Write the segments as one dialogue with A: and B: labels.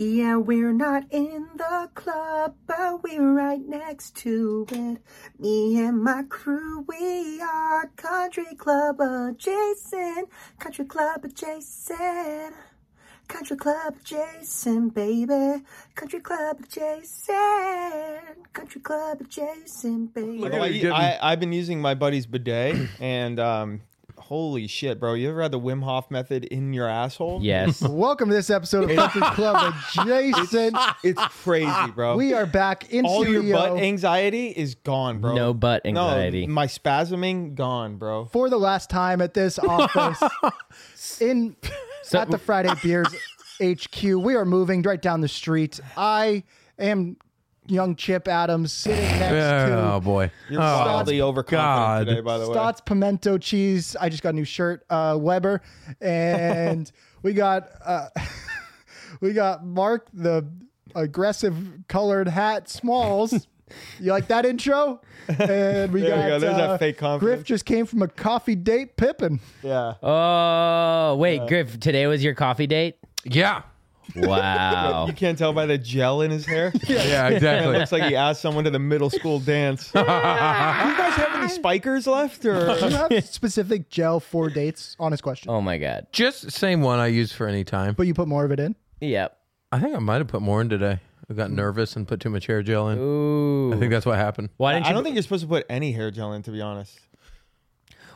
A: Yeah, we're not in the club, but we're right next to it. Me and my crew, we are country club adjacent. Country club adjacent. Country club adjacent, baby. Country club adjacent. Country club adjacent,
B: Look
A: baby.
B: at
C: Well,
B: what
C: you-
B: you're getting.
C: I, I've been using my buddy's bidet, and um, holy shit, bro! You ever had the Wim Hof method in your asshole?
D: Yes.
E: Welcome to this episode of Country Club Adjacent.
C: it's crazy, bro.
E: We are E back in
C: all
E: studio
C: your butt anxiety is gone, bro.
D: No butt anxiety.
C: No, my spasming gone, bro.
E: for the last time at this office in at the Friday Beers HQ. We are moving right down the street. I am young Chip Adams sitting next
B: Oh
E: to
B: boy.
C: You're
B: Oh,
C: wildly overconfident
B: God.
C: today, by the way.
E: Stotts pimento cheese. I just got a new shirt, uh, Weber, and we got uh, we got Mark the aggressive colored hat Smalls. You like that intro? And we
C: There we
E: got
C: go. There's that
E: uh,
C: fake confidence.
E: Griff just came from a coffee date, Pippin.
C: Yeah.
D: Oh wait, Griff. Today was your coffee date.
B: Yeah.
D: Wow.
C: You can't tell by the gel in his hair.
B: Yeah.
C: It
B: Exactly.
C: looks like he asked someone to the middle school dance. Do you guys have any spikers left?
E: Do you
C: Or
E: have specific gel for dates? Honest question.
D: oh my god.
B: Just same one I use for any time.
E: But you put more of it in.
D: Yep.
B: I think I might have put more in today. I
E: Mm.
B: got nervous and put too much hair gel in.
D: Ooh.
B: I think that's what happened.
D: Why didn't
C: I
D: you?
C: don't think you're supposed to put any hair gel in, to be honest.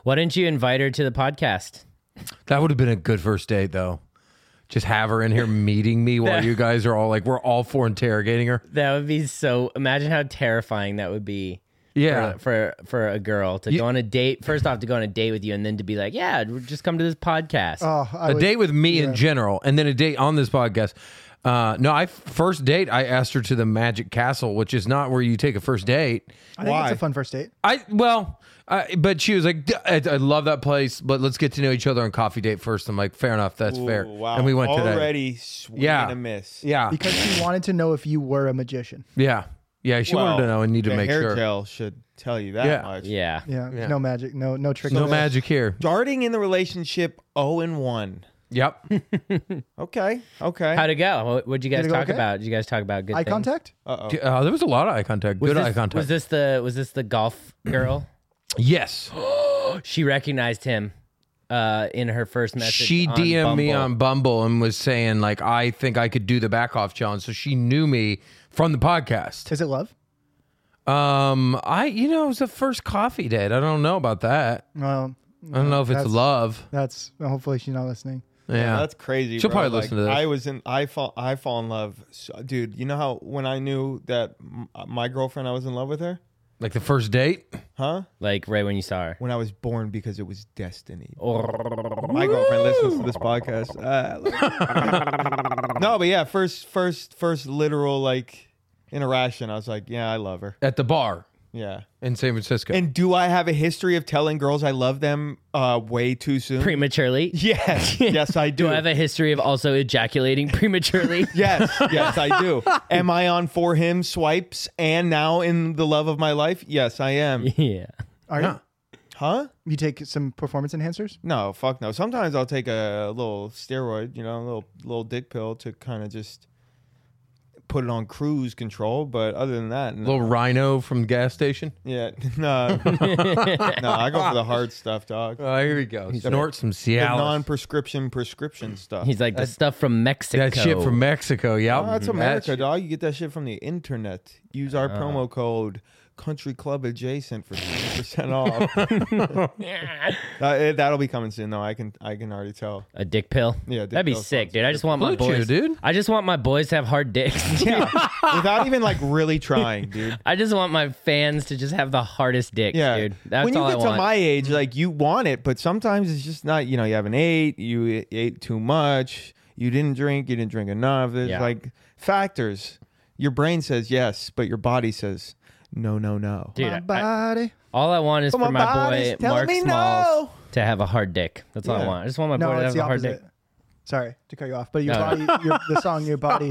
D: why didn't you invite her to the podcast?
B: That would have been a good first date though. Just have her in here meeting me while you guys are all like we're all for interrogating her.
D: That would be so. Imagine how terrifying that would be.
B: Yeah.
D: For, for for a girl to go on a date, first off to go on a date with you, and then to be like, yeah, just come to this podcast.
E: Oh, I
B: a
E: would-
B: date with me in general, and then a date on this podcast. Uh, no, I first date I asked her to the Magic Castle, which is not where you take a first date.
E: I think
C: Why?
E: it's a fun first date.
B: I well, I, but she was like, "D- I, I love that place, but let's get to know each other on coffee date first. I'm like, fair enough, that's fair.
C: Ooh, wow.
B: And we went to that.
C: already swinging
B: Yeah.
C: a miss.
B: Yeah,
E: Because she wanted to know if you were a magician.
B: yeah, yeah. She
C: Well,
B: wanted to know and need to
C: the
B: make
C: hair
B: sure.
C: gel should tell you that
B: Yeah.
C: much.
D: yeah.
E: Yeah.
B: Yeah.
E: No magic. No no tricks.
B: No magic here.
C: Starting in the relationship 0 and 1.
B: Yep.
C: Okay. Okay.
D: How'd it go? What- What'd you guys
E: Did it go
D: talk
E: okay?
D: about? Did you guys talk about good
E: Eye
D: things?
E: contact?
C: Uh-oh.
B: Uh, there was a lot of eye contact.
D: Was
B: Good
D: this,
B: eye contact.
D: Was this the was this the golf girl?
B: yes.
D: she recognized him uh, in her first message.
B: she
D: on
B: DM'd me
D: Bumble.
B: on Bumble and was saying like, I think I could do the back off challenge. So she knew me from the podcast.
E: Is it love?
B: Um, I you know it was the first coffee date. I don't know about that.
E: Well,
B: I don't know if it's
E: That's-
B: love.
E: that's hopefully she's not listening.
B: Yeah,
C: That's crazy.
B: She'll
C: bro.
B: probably listen to this.
C: I was in. I fall. I fall in love, so, dude. You know how when I knew that m- uh, my girlfriend, I was in love with her,
B: like the first date.
C: huh?
D: like right when you saw her.
C: When I was born, because it was destiny. My girlfriend listens to this podcast. Uh, like- no, but yeah, first, first, first, literal like interaction. I was like, yeah, I love her.
B: at the bar
C: Yeah.
B: in San Francisco.
C: And do I have a history of telling girls I love them uh, way too soon?
D: Prematurely.
C: yes, yes, I do.
D: Do I have a history of also ejaculating prematurely?
C: Yes, yes, I do. Am I on for him swipes and now in the love of my life? Yes, I am.
D: yeah.
E: Are
B: Yeah.
C: Huh?
E: you, you take some performance enhancers?
C: No, fuck no. Sometimes I'll take a little steroid, you know, a little little dick pill to kind of just put it on cruise control. But other than that, no.
B: Little rhino from the gas station.
C: yeah, no, no, I go for the hard stuff, dog. The
B: Oh, here we go. Snort some Cialis.
C: non-prescription prescription stuff.
D: He's like the stuff from Mexico.
B: that shit from Mexico. Yeah,
C: Oh, that's America, dog. You get that shit from the internet. Use
D: Uh-huh.
C: our promo code Country Club Adjacent for twenty percent off. Uh, eh, that'll be coming soon, though. I can I can already tell.
D: a dick pill.
C: Yeah, dick
D: that'd be
C: pill
D: sick,
C: sounds
D: dude. I just want my
B: Look at you,
D: boys,
B: dude.
D: I just want my boys to have hard dicks.
C: Yeah, without even like really trying, dude.
D: I just want my fans to just have the hardest dicks,
C: Yeah,
D: dude. That's
C: when you
D: all
C: get
D: I
C: to
D: want.
C: my age, like you want it, but sometimes it's just not. You know, you haven't ate, you e, ate too much, you didn't drink, you didn't drink enough. There's
D: Yeah.
C: like factors. Your brain says yes, but your body says no, no, no.
D: dude,
E: My
D: I-
E: body.
D: all I want is
C: But
D: for
C: my
D: my
C: body's
D: boy
C: telling
D: Mark
C: me
D: Smalls
C: no.
D: to have a hard dick. That's all I
C: Yeah.
D: want. I just want my boy
E: No,
D: to
E: it's
D: have
E: the
D: a hard dick.
E: opposite. Sorry to cut you off, but your
D: No.
E: body, your, the song, your body,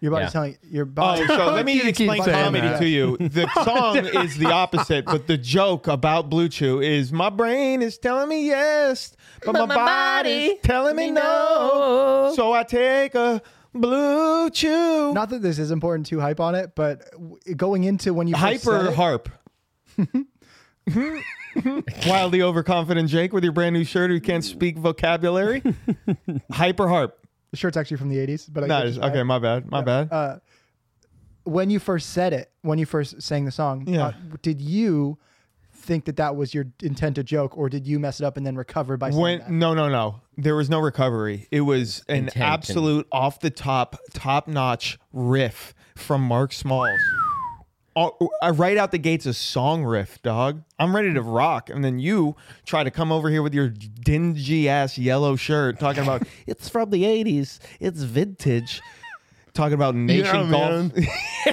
E: your body's
D: Yeah.
E: telling your
C: Oh,
E: body.
C: so let
B: You
C: me
B: keep
C: explain
B: saying
C: comedy
E: that.
C: to you. The song is the opposite, but the joke about Blue Chew is my brain is telling me yes, but, my, body's telling me no. So I take a Blue Chew.
E: Not that this is important to hype on it, but w- going into when you first said
C: Hyper
E: it-
C: harp. Wildly overconfident Jake with your brand new shirt who can't speak vocabulary. Hyper harp.
E: the shirt's actually from the '80s, but I
C: No,
E: get
C: it's-
E: you.
C: okay, my bad. My bad.
E: when you first said it, when you first sang the song, uh,
C: Yeah.
E: did you think that that was your intent to joke, or did you mess it up and then recover by saying
C: when
E: that?
C: no no no there was no recovery it was an
D: Intention.
C: absolute off the top top notch riff from mark smalls Oh, I right out the gates a song riff dog i'm ready to rock and then you try to come over here with your dingy ass yellow shirt talking about it's from the 80s it's vintage talking about nation golf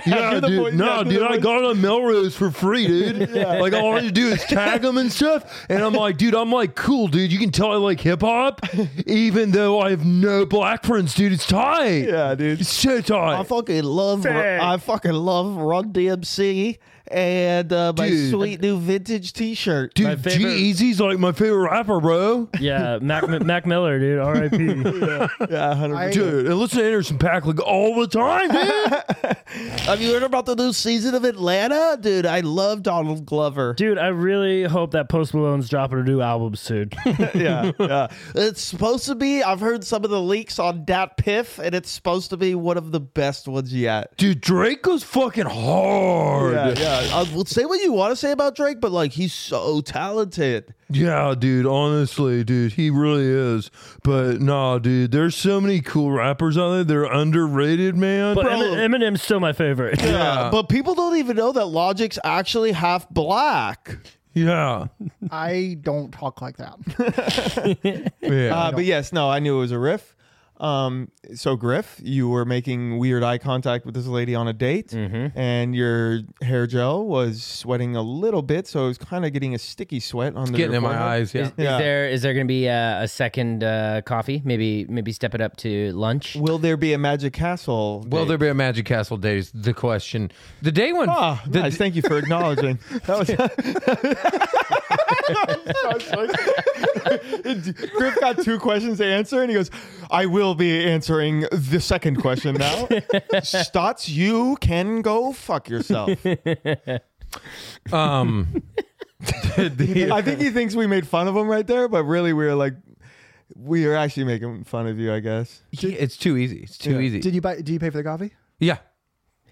B: Yeah,
C: You're the
B: dude.
C: voice- yeah,
B: no,
C: you're
B: dude,
C: the
B: I
C: voice-
B: got it on Melrose for free, dude. Like all I had to do is tag them and stuff, and I'm like, dude, I'm like, cool, dude. You can tell I like hip hop, even though I have no black friends, dude. It's tight.
C: yeah dude
B: It's so tight.
C: I fucking love I fucking love Run DMC and uh, my
B: Dude.
C: sweet new vintage T-shirt.
D: My
B: Dude, G
D: favorite-
B: Easy's like my favorite rapper, bro.
D: Yeah, Mac Mac Miller, dude. R.I.P.
C: Yeah, 100%.
B: Dude, and listen to Anderson Pack like all the time, dude.
C: Have you heard about the new season of Atlanta, dude? I love Donald Glover.
D: dude, I really hope that Post Malone's dropping a new album soon.
C: yeah, yeah. It's supposed to be. I've heard some of the leaks on Dat Piff, and it's supposed to be one of the best ones yet.
B: dude, Drake goes fucking hard.
C: Yeah, yeah. Uh, well, say what you want to say about Drake, but like he's so talented.
B: Yeah, dude, honestly, dude, he really is. But nah, dude, there's so many cool rappers out there. They're underrated, man.
D: But
B: Bro,
D: Emin- Eminem's still my favorite.
C: Yeah. But people don't even know that Logic's actually half black.
B: yeah.
E: I don't talk like that.
B: Yeah.
C: Uh, but yes, no, I knew it was a riff. Um, so Griff, you were making weird eye contact with this lady on a date,
B: Mm-hmm.
C: and your hair gel was sweating a little bit, so it was kind of getting a sticky sweat on the
B: Getting
C: your
B: in my
C: forehead.
B: eyes, yeah.
C: Yeah.
D: Is there is there going to be a, a second uh, coffee? Maybe maybe step it up to lunch.
C: Will there be a magic castle?
B: Will
C: date?
B: there be a Magic Castle days? The question. The day when
C: Ah,
B: the,
C: nice. Thank you for acknowledging. That was. Griff got two questions to answer, and he goes, "I will be answering the second question now." Stotts, you can go fuck yourself.
B: um the-
C: I think he thinks we made fun of him right there, but really we were like, we are actually making fun of you, I guess.
B: he- it's too easy. It's too easy.
E: did you buy? Do you pay for the coffee?
B: yeah.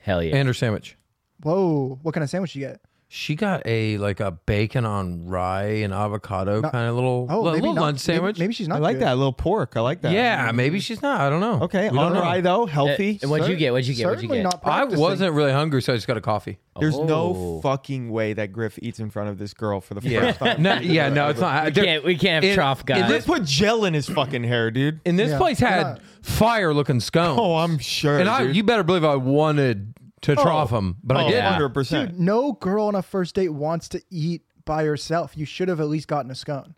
D: Hell yeah!
B: And her sandwich.
E: Whoa! What kind of sandwich you get?
B: She got a like a bacon on rye and avocado kind of little,
E: Oh,
B: little,
E: maybe not-
B: lunch
E: maybe-
B: sandwich.
E: Maybe, she's not.
C: I like
E: good.
C: that little pork. I like that.
B: yeah, maybe she's not. I don't know.
C: Okay.
B: We don't
C: On
B: know.
C: rye though, healthy.
D: and Uh, what'd you get? What'd you get? What'd you
E: Certainly
D: get?
E: not.
B: I
E: practicing.
B: wasn't really hungry, so I just got a coffee.
C: There's no
D: Oh.
C: fucking way that Griff eats in front of this girl for the first
B: Yeah,
C: time.
B: no, yeah, no, it's not.
D: We can't we can't have
B: in-
D: trough
B: in
D: guys.
C: Let's put gel in his fucking hair, dude.
B: And this
E: Yeah.
B: place had fire looking scones.
C: Oh, I'm sure.
B: and I,
C: dude.
B: you better believe I wanted to trough them, but I
C: oh,
B: didn't.
D: yeah.
C: 100%.
E: Dude, no girl on a first date wants to eat by herself. You should have at least gotten a scone.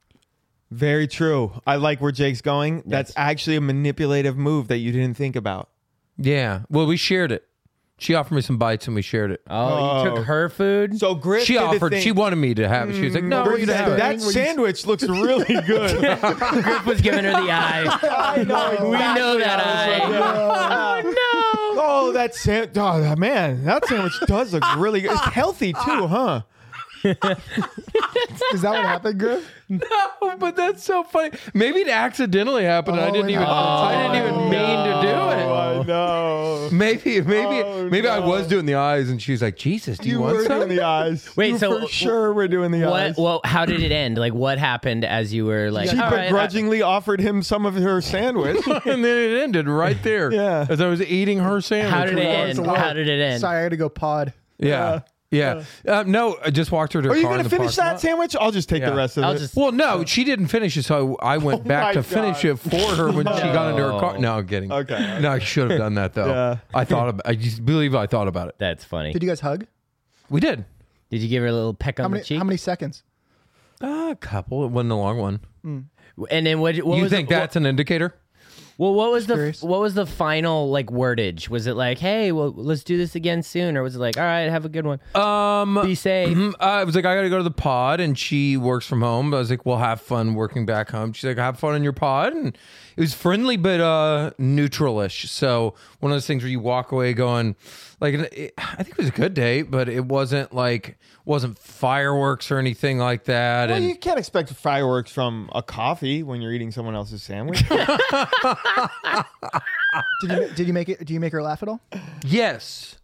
C: Very true. I like where Jake's going. That's actually a manipulative move that you didn't think about.
B: Yeah. Well, we shared it. She offered me some bites, and we shared it.
D: oh, you
C: Oh.
D: took her food.
C: So Griff
B: she
C: did the
B: offered.
C: thing-
B: She wanted me to have it. She was like, "No,
C: Griff
B: you to
C: said,
B: have it."
C: that sandwich looks really good.
D: Griff was giving her the eye.
C: I know exactly
D: we know that
C: how this
D: eye.
C: went down. Oh, that sandwich. Oh, man, that sandwich does look really good. It's healthy too, huh?
E: Is that what happened, Griff?
B: No, but that's so funny. Maybe it accidentally happened. and I
E: Oh,
B: didn't
E: it
B: even. I didn't even
E: happened.
B: mean to do it.
C: Oh, I know.
B: Maybe, maybe,
C: Oh,
B: maybe I
C: no.
B: was doing the eyes, and she's like, "Jesus, do you,
C: You
B: want
C: were
B: some?"
C: doing the eyes.
D: Wait,
C: You
D: so
C: for sure we're doing the
D: What?
C: eyes.
D: Well, how did it end? Like, what happened as you were like?
C: She
D: "All right, I-
C: begrudgingly offered him some of her sandwich.
B: and then it ended right there.
C: Yeah.
B: As I was eating her sandwich.
D: How did it
E: Regards
D: end?
E: to work.
D: How did it end?
E: Sorry, I had to go pod.
B: Yeah. Yeah. Uh, no, I just walked her to her
C: Are you
B: car in
C: gonna
B: the
C: finish
B: parking
C: that
B: lot.
C: sandwich? I'll just take
B: Yeah.
C: the rest of
D: I'll
C: it.
D: just.
B: Well, no, she didn't finish it, so I went
C: Oh my
B: back to
C: God.
B: finish it for her when she got into her car. No, I'm kidding.
C: Okay.
B: No, I should have done that though.
C: Yeah.
B: I thought. About, I just believe I thought about it.
D: That's funny.
E: Did you guys hug?
B: We did.
D: Did you give her a little peck on
E: How many?
D: the cheek?
E: How many seconds?
B: Ah, a couple. It wasn't a long one.
D: and then what? what
B: you
D: was the-
B: think that's an indicator?
D: Well, what was the
E: curious.
D: what was the final like wordage? Was it like, "Hey, well, let's do this again soon," or was it like, "All right, have a good one,
B: Um,
D: be safe"?
B: Mm, I was like, I got to go to the pod, and she works from home. I was like, well, have fun working back home. She's like, have fun in your pod, and it It was friendly but uh, neutralish. So one of those things where you walk away going, like, it, I think it was a good date, but it wasn't like wasn't fireworks or anything like that.
C: Well,
B: and
C: you can't expect fireworks from a coffee when you're eating someone else's sandwich.
E: Did you did you make it? Do you make her laugh at all? Do you
B: yes,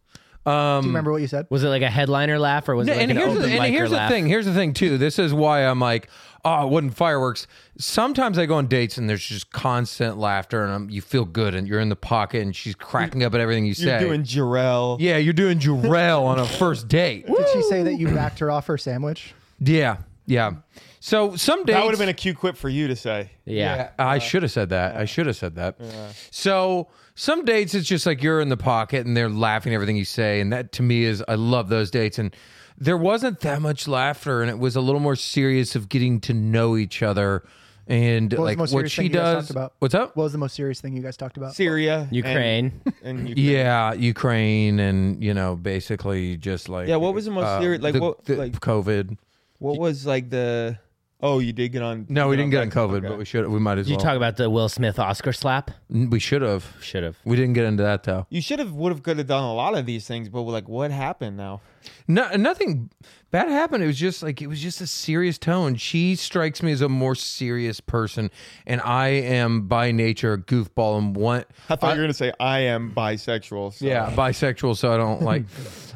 B: Um,
E: remember what you said?
D: Was it like a headliner laugh or was it like
B: and
D: an
B: here's
D: open
B: the, and
D: micer
B: here's the
D: laugh?
B: thing. Here's the thing too. This is why I'm like, oh, it wasn't fireworks. Sometimes I go on dates and there's just constant laughter, and I'm, you feel good, and you're in the pocket, and she's cracking up at everything you say.
C: you're doing Jarrell.
B: yeah, you're doing Jarrell on a first date.
E: Did she say that you backed her off her sandwich?
B: Yeah, yeah. So some dates
C: That would have been a cute quip for you to say.
D: Yeah.
B: I should have said that. I should have said that. So some dates it's just like you're in the pocket and they're laughing at everything you say, and that to me is I love those dates. And there wasn't that much laughter, and it was a little more serious of getting to know each other and
E: What was
B: like
E: the most
B: what
E: serious
B: she
E: thing you guys
B: does.
E: talked about?
B: What's up?
E: What was the most serious thing you guys talked about?
C: Syria,
D: Ukraine.
C: and, and Ukraine.
B: yeah, Ukraine, and you know, basically just like uh,
C: Yeah, what was the most serious- like,
B: the-
C: what-
B: the
C: like-
B: COVID.
C: What was like the? Oh, you did get on.
B: No, we didn't get on
C: vaccine.
B: COVID,
C: Okay.
B: but we should. We might as
D: Did you
B: well.
D: talk about the Will Smith Oscar slap?
B: we should have.
D: Should have.
B: We didn't get into that though.
C: You should have would have could have done a lot of these things, but like, what happened now?
B: No, nothing bad happened. It was just like it was just a serious tone. She strikes me as a more serious person, and I am by nature a goofball and want
C: I thought you were gonna say I am bisexual. So.
B: yeah bisexual. So I don't like.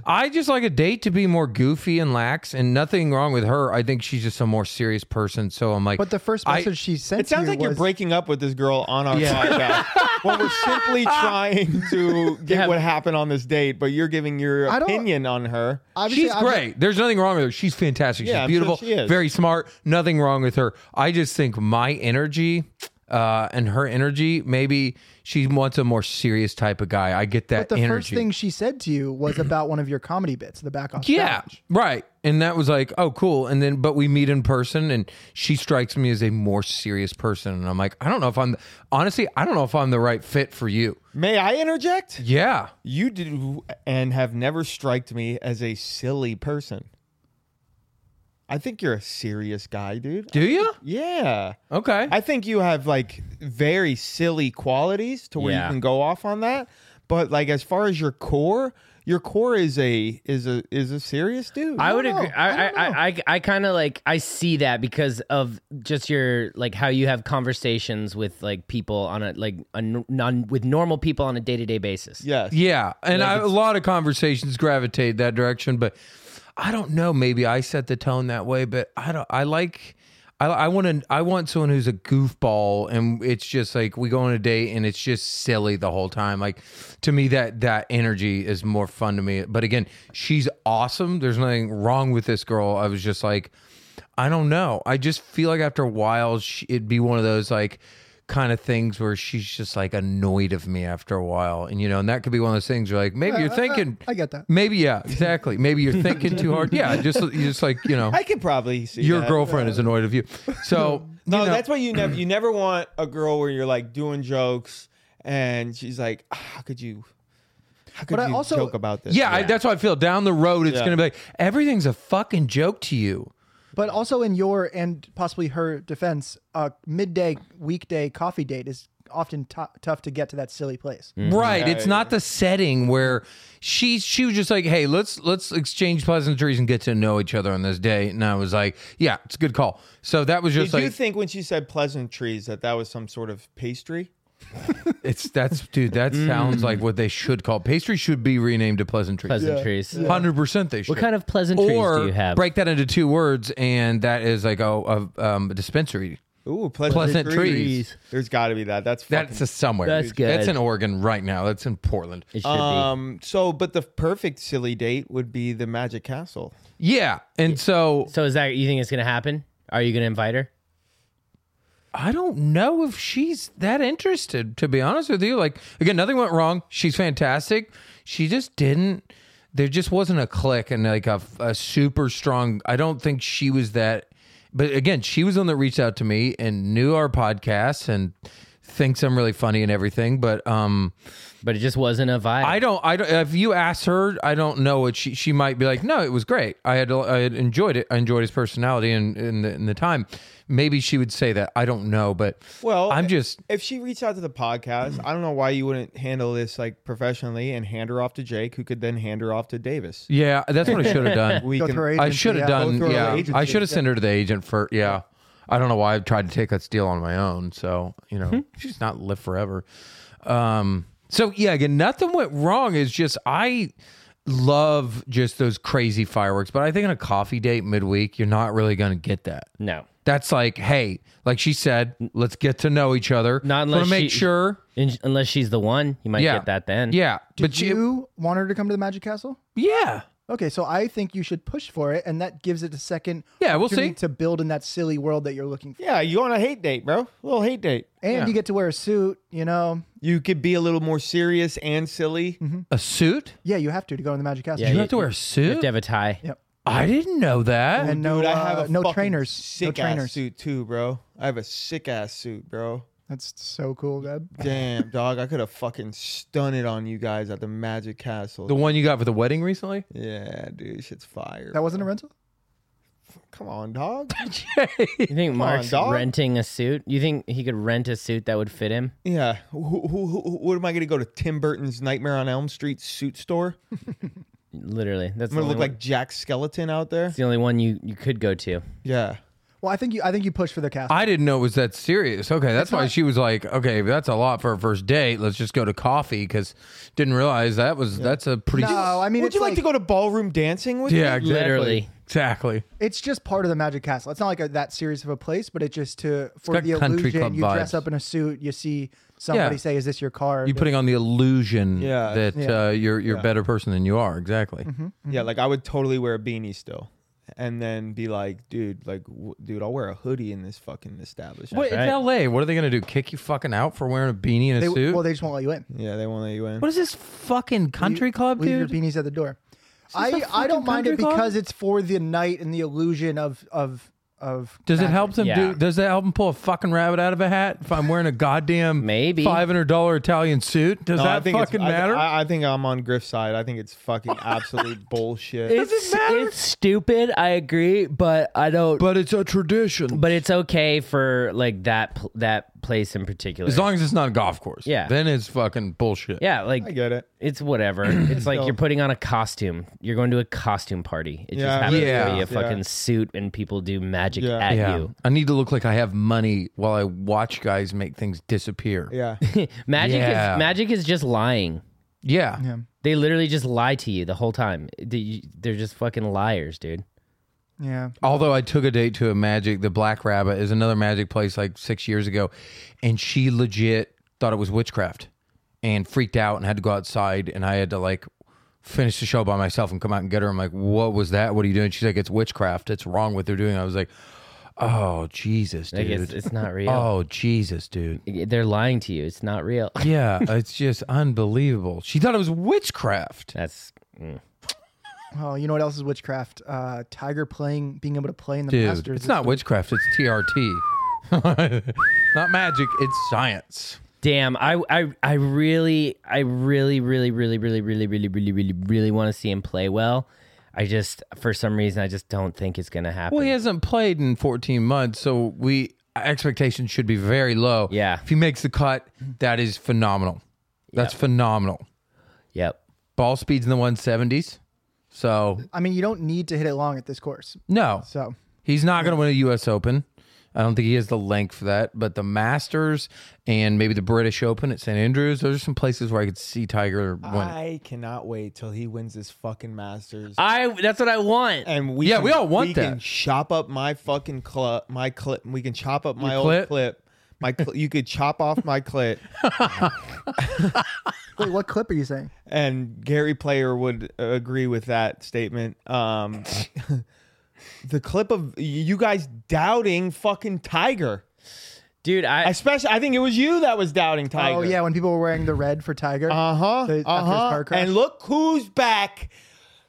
B: I just like a date to be more goofy and lax, and nothing wrong with her. I think she's just a more serious person. So I'm like,
E: But the first
B: I-
E: message she sent
C: It sounds
E: to you
C: like you're
E: was-
C: breaking up with this girl on our podcast when we're simply trying to get
D: Yeah.
C: what happened on this date, but you're giving your
E: I don't-
C: opinion on her.
E: Obviously,
B: She's
E: I'm-
B: great. There's nothing wrong with her. She's fantastic.
C: Yeah,
B: She's
C: I'm sure
B: beautiful.
C: she is.
B: Very smart. Nothing wrong with her. I just think my energy uh, and her energy, maybe she wants a more serious type of guy. I get that
E: But the
B: energy.
E: first thing she said to you was about one of your comedy bits, the back off.
B: yeah,
E: challenge.
B: right. And that was like, oh, cool. And then, but we meet in person, and she strikes me as a more serious person. And I'm like, I don't know if I'm, honestly, I don't know if I'm the right fit for you.
C: May I interject?
B: Yeah.
C: You do and have never striked me as a silly person. I think you're a serious guy, dude.
B: Do you?
C: Yeah.
B: Okay.
C: I think you have like very silly qualities to where
D: Yeah.
C: you can go off on that. But like as far as your core, your core is a is a is a serious dude.
D: I would
E: know.
D: agree.
E: I
D: I
E: don't
D: I, I, I, I kind of like I see that because of just your like how you have conversations with like people on a like a n- non with normal people on a day to day basis.
C: yes.
B: Yeah, and I, a lot of conversations gravitate that direction, but I don't know. Maybe I set the tone that way, but I don't. I like. I, I want to. I want someone who's a goofball, and it's just like we go on a date, and it's just silly the whole time. Like to me, that that energy is more fun to me. But again, she's awesome. There's nothing wrong with this girl. I was just like, I don't know. I just feel like after a while, she, it'd be one of those like kind of things where she's just like annoyed of me after a while, and you know, and that could be one of those things where like maybe you're thinking,
E: I get that.
B: maybe yeah, exactly, maybe you're thinking too hard. Yeah, just you just like you know,
C: I could probably see
B: your
C: that.
B: girlfriend is annoyed of you. So
C: No,
B: you know,
C: that's why you never you never want a girl where you're like doing jokes and she's like, "Ah, how could you how could
E: But I
C: you
E: also-
C: joke about this?
B: yeah, I, that's how I feel. Down the road, it's
C: Yeah.
B: gonna be like everything's a fucking joke to you.
E: But also in your and possibly her defense, a midday weekday coffee date is often t- tough to get to that silly place.
C: Mm.
D: Mm-hmm.
B: Right. It's not the setting where she she was just like, hey, let's let's exchange pleasantries and get to know each other on this day. And I was like, yeah, it's a good call. So that was
C: Did
B: just
C: you
B: like
C: think when she said pleasantries that that was some sort of pastry?
B: it's that's dude, that
D: Mm.
B: sounds like what they should call pastry should be renamed to pleasantries.
D: Pleasantries.
B: Hundred percent they should.
D: What kind of pleasantries
B: or
D: do you have?
B: break that into two words and that is like oh a um, a dispensary.
C: Ooh, pleasant,
B: Pleasant trees.
C: There's got to be that. That's fucking
B: That's a somewhere.
D: That's good.
B: That's in Oregon right now. That's in Portland.
D: It should
C: Um. So, but the perfect silly date would be the Magic Castle.
B: Yeah. And so
D: be. So is that you think it's gonna happen? Are you gonna invite her?
B: I don't know if she's that interested, to be honest with you. Like, again, nothing went wrong. She's fantastic. She just didn't, there just wasn't a click and like a, a super strong, I don't think she was that. But again, she was the one that reached out to me and knew our podcast and thinks I'm really funny and everything. But, um,
D: but it just wasn't a vibe.
B: I don't. I don't. If you ask her, I don't know what she. She might be like, no, it was great. I had. I had enjoyed it. I enjoyed his personality and in the, in the time. Maybe she would say that. I don't know, but
C: Well, eh,
B: I'm just.
C: If she reached out to the podcast, I don't know why you wouldn't handle this like professionally and hand her off to Jake, who could then hand her off to Davis.
B: Yeah, that's what I should have done.
C: We
E: Go
C: can-
E: through her
B: I
E: agency,
B: should
E: yeah.
B: have done.
C: through our
B: Yeah, I
C: agency.
B: should have sent her to the agent for. Yeah, I don't know why I tried to take that steal on my own. So you know, she's not live forever. Um. So yeah, again, nothing went wrong. It's just I love just those crazy fireworks, but I think on a coffee date midweek, you're not really going to get that.
D: no.
B: That's like, hey, like she said, let's get to know each other.
D: Not
B: Wanna
D: unless
B: make
D: she- Mm-hmm.
B: sure.
D: In, unless she's the one, you might
B: Yeah.
D: get that then.
B: Yeah,
E: Did
B: but you,
E: you want her to come to the Magic Castle?
B: yeah,
E: Okay, so I think you should push for it, and that gives it a second.
B: Yeah, we'll
E: opportunity
B: see.
E: to build in that silly world that you're looking for.
C: Yeah, you on a hate date, bro? A little hate date.
E: And you get to wear a suit, you know.
C: You could be a little more serious and silly.
B: a suit.
E: Yeah, you have to to go to the Magic Castle.
D: Yeah,
B: You
D: you-
B: have to wear a
D: You have
B: suit.
D: to have a tie.
E: Yep.
B: I didn't know that.
E: And no,
C: Dude, I have
E: uh,
C: a
E: no
C: fucking
E: trainers.
C: Sick
E: no
C: ass
E: trainers.
C: suit too, bro. I have a sick ass suit, bro.
E: That's so cool, man.
C: Damn, dog, I could have fucking stunned it on you guys at the Magic Castle.
B: The one you got for the wedding recently.
C: yeah, dude, shit's fire.
E: That wasn't a rental.
C: Come on, dog.
D: You think Mark's
C: dog.
D: renting a suit? You think he could rent a suit that would fit him?
C: yeah, who, who, who, who- what am I gonna go to Tim Burton's Nightmare on Elm Street suit store?
D: Literally, that's
C: I'm gonna
D: the only,
C: look
D: one,
C: like Jack Skeleton out there.
D: it's the only one you you could go to.
C: Yeah,
E: Well, I think you. I think you push for the castle.
B: I didn't know it was that serious. Okay, that's why she was like, okay, that's a lot for a first date. Let's just go to coffee because didn't realize that was that's a pretty.
E: no, I mean,
C: would
E: it's
C: you like,
E: like
C: to go to ballroom dancing with?
B: yeah,
C: me?
B: exactly.
D: Literally.
B: exactly.
E: it's just part of the Magic Castle. It's not like a, that serious of a place, but it just to for
B: got
E: the
B: country club
E: illusion. You dress
B: vibes.
E: up in a suit. You see somebody
B: Yeah.
E: say, "Is this your car?"
B: You're putting on the illusion
C: Yeah.
B: that Uh, you're you're a better person than you are. Exactly. Mm-hmm.
C: Yeah, like I would totally wear a beanie still, and then be like, dude, like, w- dude, I'll wear a hoodie in this fucking establishment.
B: Wait, it's L.A. What are they gonna do? Kick you fucking out for wearing a beanie and a
E: They,
B: suit?
E: well, they just won't let you in.
C: Yeah, they won't let you in.
B: what is this fucking country club,
E: Leave your
B: dude?
E: beanies at the door.
B: this
E: I
B: a
E: I don't
B: fucking
E: mind it
B: country club?
E: because it's for the night and the illusion of of of.
B: Does it
E: magic.
B: help them
D: Yeah.
B: do? Does that help them pull a fucking rabbit out of a hat? If I'm wearing a goddamn
D: Maybe.
B: five hundred dollar Italian suit, does
C: No, I
B: that
C: think it's-
B: fucking
C: I-
B: matter?
C: I, I think I'm on Griff's side. I think it's fucking absolute bullshit.
D: It's, it's stupid. I agree, but I don't.
B: but it's a tradition.
D: But it's okay for like that pl- that place in particular.
B: As long as it's not a golf course,
D: Yeah.
B: then it's fucking bullshit.
D: yeah, like
C: I get it.
D: it's whatever. It's like you're putting on a costume. You're going to a costume party. It
C: Yeah,
D: just happens
B: yeah,
D: to be
C: yeah.
D: a fucking suit, and people do magic
C: Yeah.
D: at
B: Yeah.
D: you.
B: I need to look like I have money while I watch guys make things disappear.
C: Yeah.
D: Magic
B: Yeah.
D: is magic is just lying.
B: Yeah.
D: They literally just lie to you the whole time. They- you- They're just fucking liars, dude.
E: Yeah.
B: Although I took a date to a magic, the Black Rabbit is another magic place like six years ago, and she legit thought it was witchcraft and freaked out and had to go outside. And I had to like finish the show by myself and come out and get her. I'm like, what was that? What are you doing? She's like, it's witchcraft. It's wrong what they're doing. I was like, oh, Jesus,
D: Like
B: dude.
D: it's, it's not real.
B: oh, Jesus, dude.
D: They're lying to you. It's not real.
B: Yeah, it's just unbelievable. She thought it was witchcraft.
D: That's
E: Oh, you know what else is witchcraft? Uh, Tiger playing, being able to play in the
B: Dude,
E: Masters.
B: it's not witchcraft, it's TRT. not magic, it's science.
D: Damn, I, I I really I really really really really really really really really really want to see him play well. I just for some reason I just don't think it's gonna happen.
B: Well, he hasn't played in 14 months, so we expectations should be very low.
D: Yeah.
B: If he makes the cut, that is phenomenal. That's phenomenal.
D: Yep.
B: Ball speed's in the 170s. So,
E: I mean, you don't need to hit it long at this course.
B: no.
E: So
B: He's not going to win a U.S. Open. I don't think he has the length for that. But the Masters and maybe the British Open at St. Andrews, those are some places where I could see Tiger win.
C: I cannot wait till he wins this fucking Masters.
D: I that's what I want.
C: and we
B: Yeah,
C: can-
B: we all want
C: we
B: that.
C: can chop up my fucking clip, my clip. We can chop up my
B: Your
C: old
B: clit?
C: clip. My cl- you could chop off my clit,
E: wait, what clip are you saying?
C: and Gary Player would uh, agree with that statement. Um, the clip of you guys doubting fucking Tiger,
D: Dude, I,
C: especially I think it was you that was doubting Tiger.
E: Oh yeah, when people were wearing the red for Tiger.
C: Uh huh.
E: They- after his
C: Uh
E: car
C: huh.
E: crash.
C: And look who's back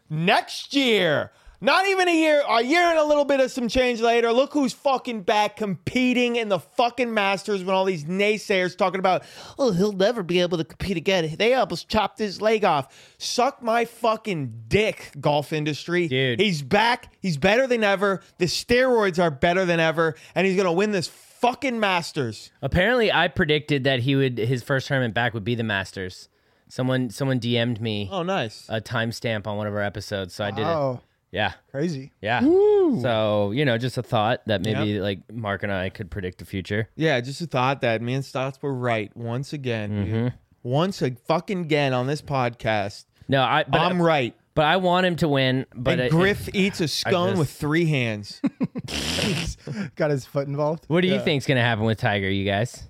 C: next year. Not even a year, a year and a little bit of some change later. Look who's fucking back competing in the fucking Masters when all these naysayers talking about, oh, he'll never be able to compete again. They almost chopped his leg off. Suck my fucking dick, golf industry.
D: Dude.
C: He's back. He's better than ever. The steroids are better than ever. And he's going to win this fucking Masters.
D: Apparently, I predicted that he would his first tournament back would be the Masters. Someone someone DM'd me
C: Oh, nice.
D: a timestamp on one of our episodes, so I did it.
E: Oh,
D: Yeah,
E: crazy.
D: yeah. So you know, just a thought that maybe like Mark and I could predict the future.
C: Yeah, just a thought that me and Stotts were right once again.
D: Mm-hmm.
C: dude. Once a fucking again on this podcast.
D: No, I but,
C: I'm right.
D: but I want him to win. But
C: and
D: it-
C: Griff eats a scone
D: just-
C: with three hands.
E: Got his foot involved. Uh,
D: what do you think's gonna happen with Tiger? You guys,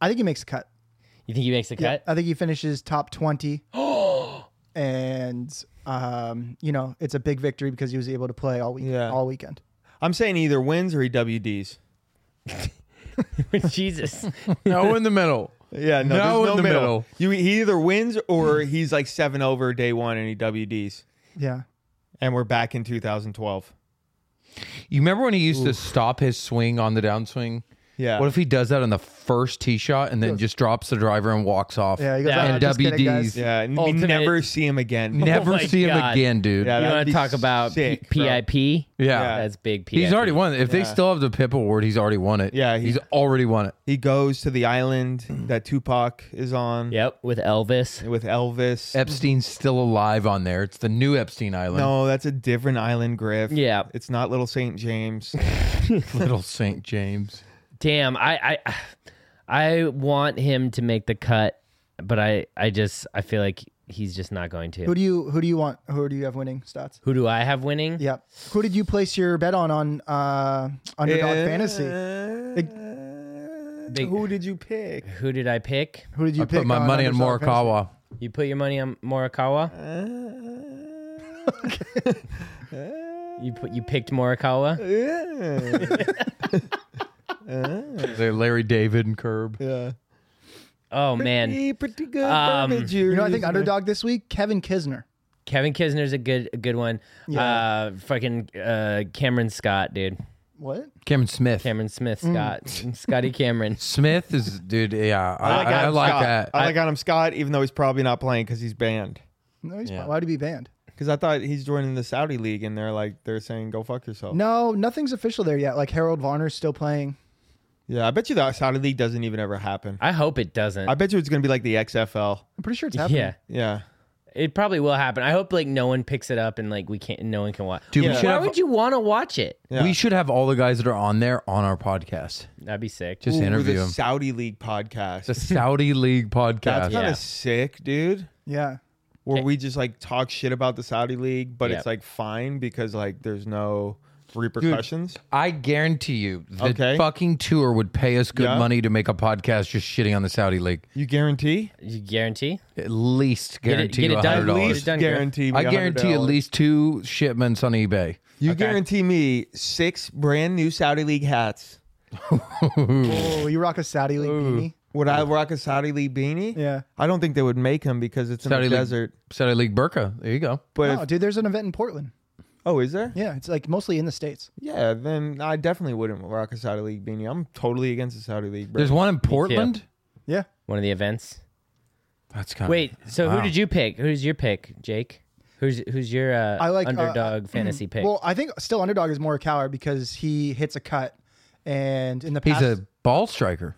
E: I think he makes a cut.
D: you think he makes the
E: Yeah,
D: cut?
E: I think he finishes top 20. and um, you know, it's a big victory because he was able to play all week
C: Yeah.
E: all weekend.
C: I'm saying he either wins or he WDs. uh,
D: Jesus,
B: No in the middle.
C: Yeah,
B: No
C: no, there's no
B: in the
C: middle.
B: middle.
C: You he either wins or he's like seven over day one and he WDs.
E: Yeah.
C: And we're back in 2012.
B: You remember when he used to stop his swing on the downswing?
C: Yeah.
B: What if he does that on the first tee shot and then just drops the driver and walks off?
E: Yeah, he goes,
D: Yeah.
E: "Ah,
B: And
E: just kidding,
B: WDs.
E: guys."
C: yeah, and we
D: Ultimate-
C: never see him again.
B: Never
D: Oh my
B: see him
D: God.
B: again, dude.
C: Yeah,
B: Yeah.
D: you
C: that'd
D: want
C: be
D: to talk about P-
C: sick, bro.
D: PIP? that's big. PIP.
B: He's already won. it. If they still have the PIP award, he's already won it.
C: Yeah, he-
B: he's already won it.
C: He goes to the island that Tupac is on
D: Yep, with Elvis.
C: with Elvis.
B: Epstein's still alive on there. It's the new Epstein Island.
C: No, that's a different island, Griff.
D: Yeah.
C: It's not Little St. James.
B: Little St. James.
D: Damn, I I I want him to make the cut, but I I just I feel like he's just not going to.
E: Who do you who do you want? Who do you have winning stats?
D: Who do I have winning?
E: Yep. Who did you place your bet on on uh Underdog Fantasy?
D: Big-
C: Who did you pick?
D: Who did I pick?
E: Who did you
B: I
E: pick?
B: put my money on
E: Underdog Fantasy?
B: Morikawa.
D: You put your money on Morikawa.
C: Uh,
D: You put you picked Morikawa.
B: They're Larry David and Curb.
C: yeah.
D: Oh man,
C: pretty good.
D: Um,
C: damage
E: You know, I
C: users,
E: think
C: man.
E: Underdog this week, Kevin Kisner.
D: Kevin Kisner's a good a good one. Uh, fucking uh, Cameron Scott, dude.
E: What?
B: Cameron Smith.
D: Cameron Smith,
C: Mm.
D: Scott, Scotty Cameron.
B: Smith is, dude, yeah. I,
C: I
B: I,
C: like, Adam
B: like
C: Scott.
B: that.
C: I like Adam Scott, even though he's probably not playing because he's banned.
E: No, he's
B: Yeah.
E: why would he be banned?
C: Because I thought he's joining the Saudi league, and they're like they're saying go fuck yourself.
E: No, nothing's official there yet. Like Harold Varner's still playing.
C: Yeah, I bet you the Saudi league doesn't even ever happen.
D: I hope it doesn't.
C: I bet you it's gonna be like the XFL.
E: I'm pretty sure it's happening.
D: yeah,
C: Yeah,
D: it probably will happen. I hope like no one picks it up and like we can't. No one can watch.
B: Dude,
C: Yeah.
B: we, should
D: Why
B: have,
D: would you want to watch it?
C: Yeah.
B: we should have all the guys that are on there on our podcast.
D: That'd be sick.
B: Just
C: Ooh,
B: interview
C: the
B: them.
C: Saudi league podcast.
B: The Saudi League
C: That's
B: podcast.
C: kind of
D: Yeah.
C: sick, dude.
E: Yeah.
C: Where we just like talk shit about the Saudi league, but
D: Yep.
C: it's like fine because like there's no repercussions.
B: I guarantee you the
C: Okay.
B: fucking tour would pay us good
C: Yeah.
B: money to make a podcast just shitting on the Saudi League.
C: You guarantee?
D: You guarantee?
B: At least
D: it-
B: guarantee
D: get
B: you
D: it done.
B: $100.
D: At
C: least
D: done, Griff.
C: guarantee. me
B: I guarantee
C: $100.
B: at least two shipments on eBay.
C: You guarantee me six brand new Saudi League hats.
E: Oh, you rock a Saudi League beanie.
C: Would I rock a Saudi League beanie?
E: Yeah.
C: I don't think they would make them because it's in
B: Saudi
C: the
B: League-
C: desert.
B: Saudi League burqa. There you go.
C: But
E: No,
C: if-
E: dude, there's an event in Portland.
C: oh, is there?
E: Yeah, it's like mostly in the states.
C: Yeah, then I definitely wouldn't rock a Saudi League beanie. I'm totally against the Saudi League. Bro.
B: There's one in Portland.
E: Yeah,
D: One of the events.
B: That's kind
D: Wait, so
B: Wow.
D: who did you pick? Who's your pick, Jake? Who's who's your uh,
E: I like, uh,
D: underdog fantasy pick?
E: Well, I think still underdog is more Cowher because he hits a cut, and in the
B: He's
E: past,
B: a ball striker.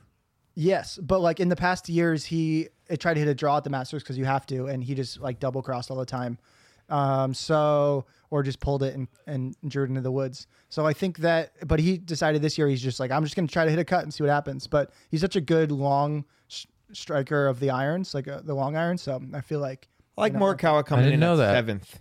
E: yes, but like in the past years, he it tried to hit a draw at the Masters because you have to, and he just like double crossed all the time, um, so or just pulled it and and drew it into the woods. So I think that, but he decided this year he's just like I'm just gonna try to hit a cut and see what happens. But he's such a good long s striker of the irons, like uh, the long iron. So I feel like,
C: I like Morikawa coming
B: didn't
C: in
B: know
C: at
B: that.
C: seventh.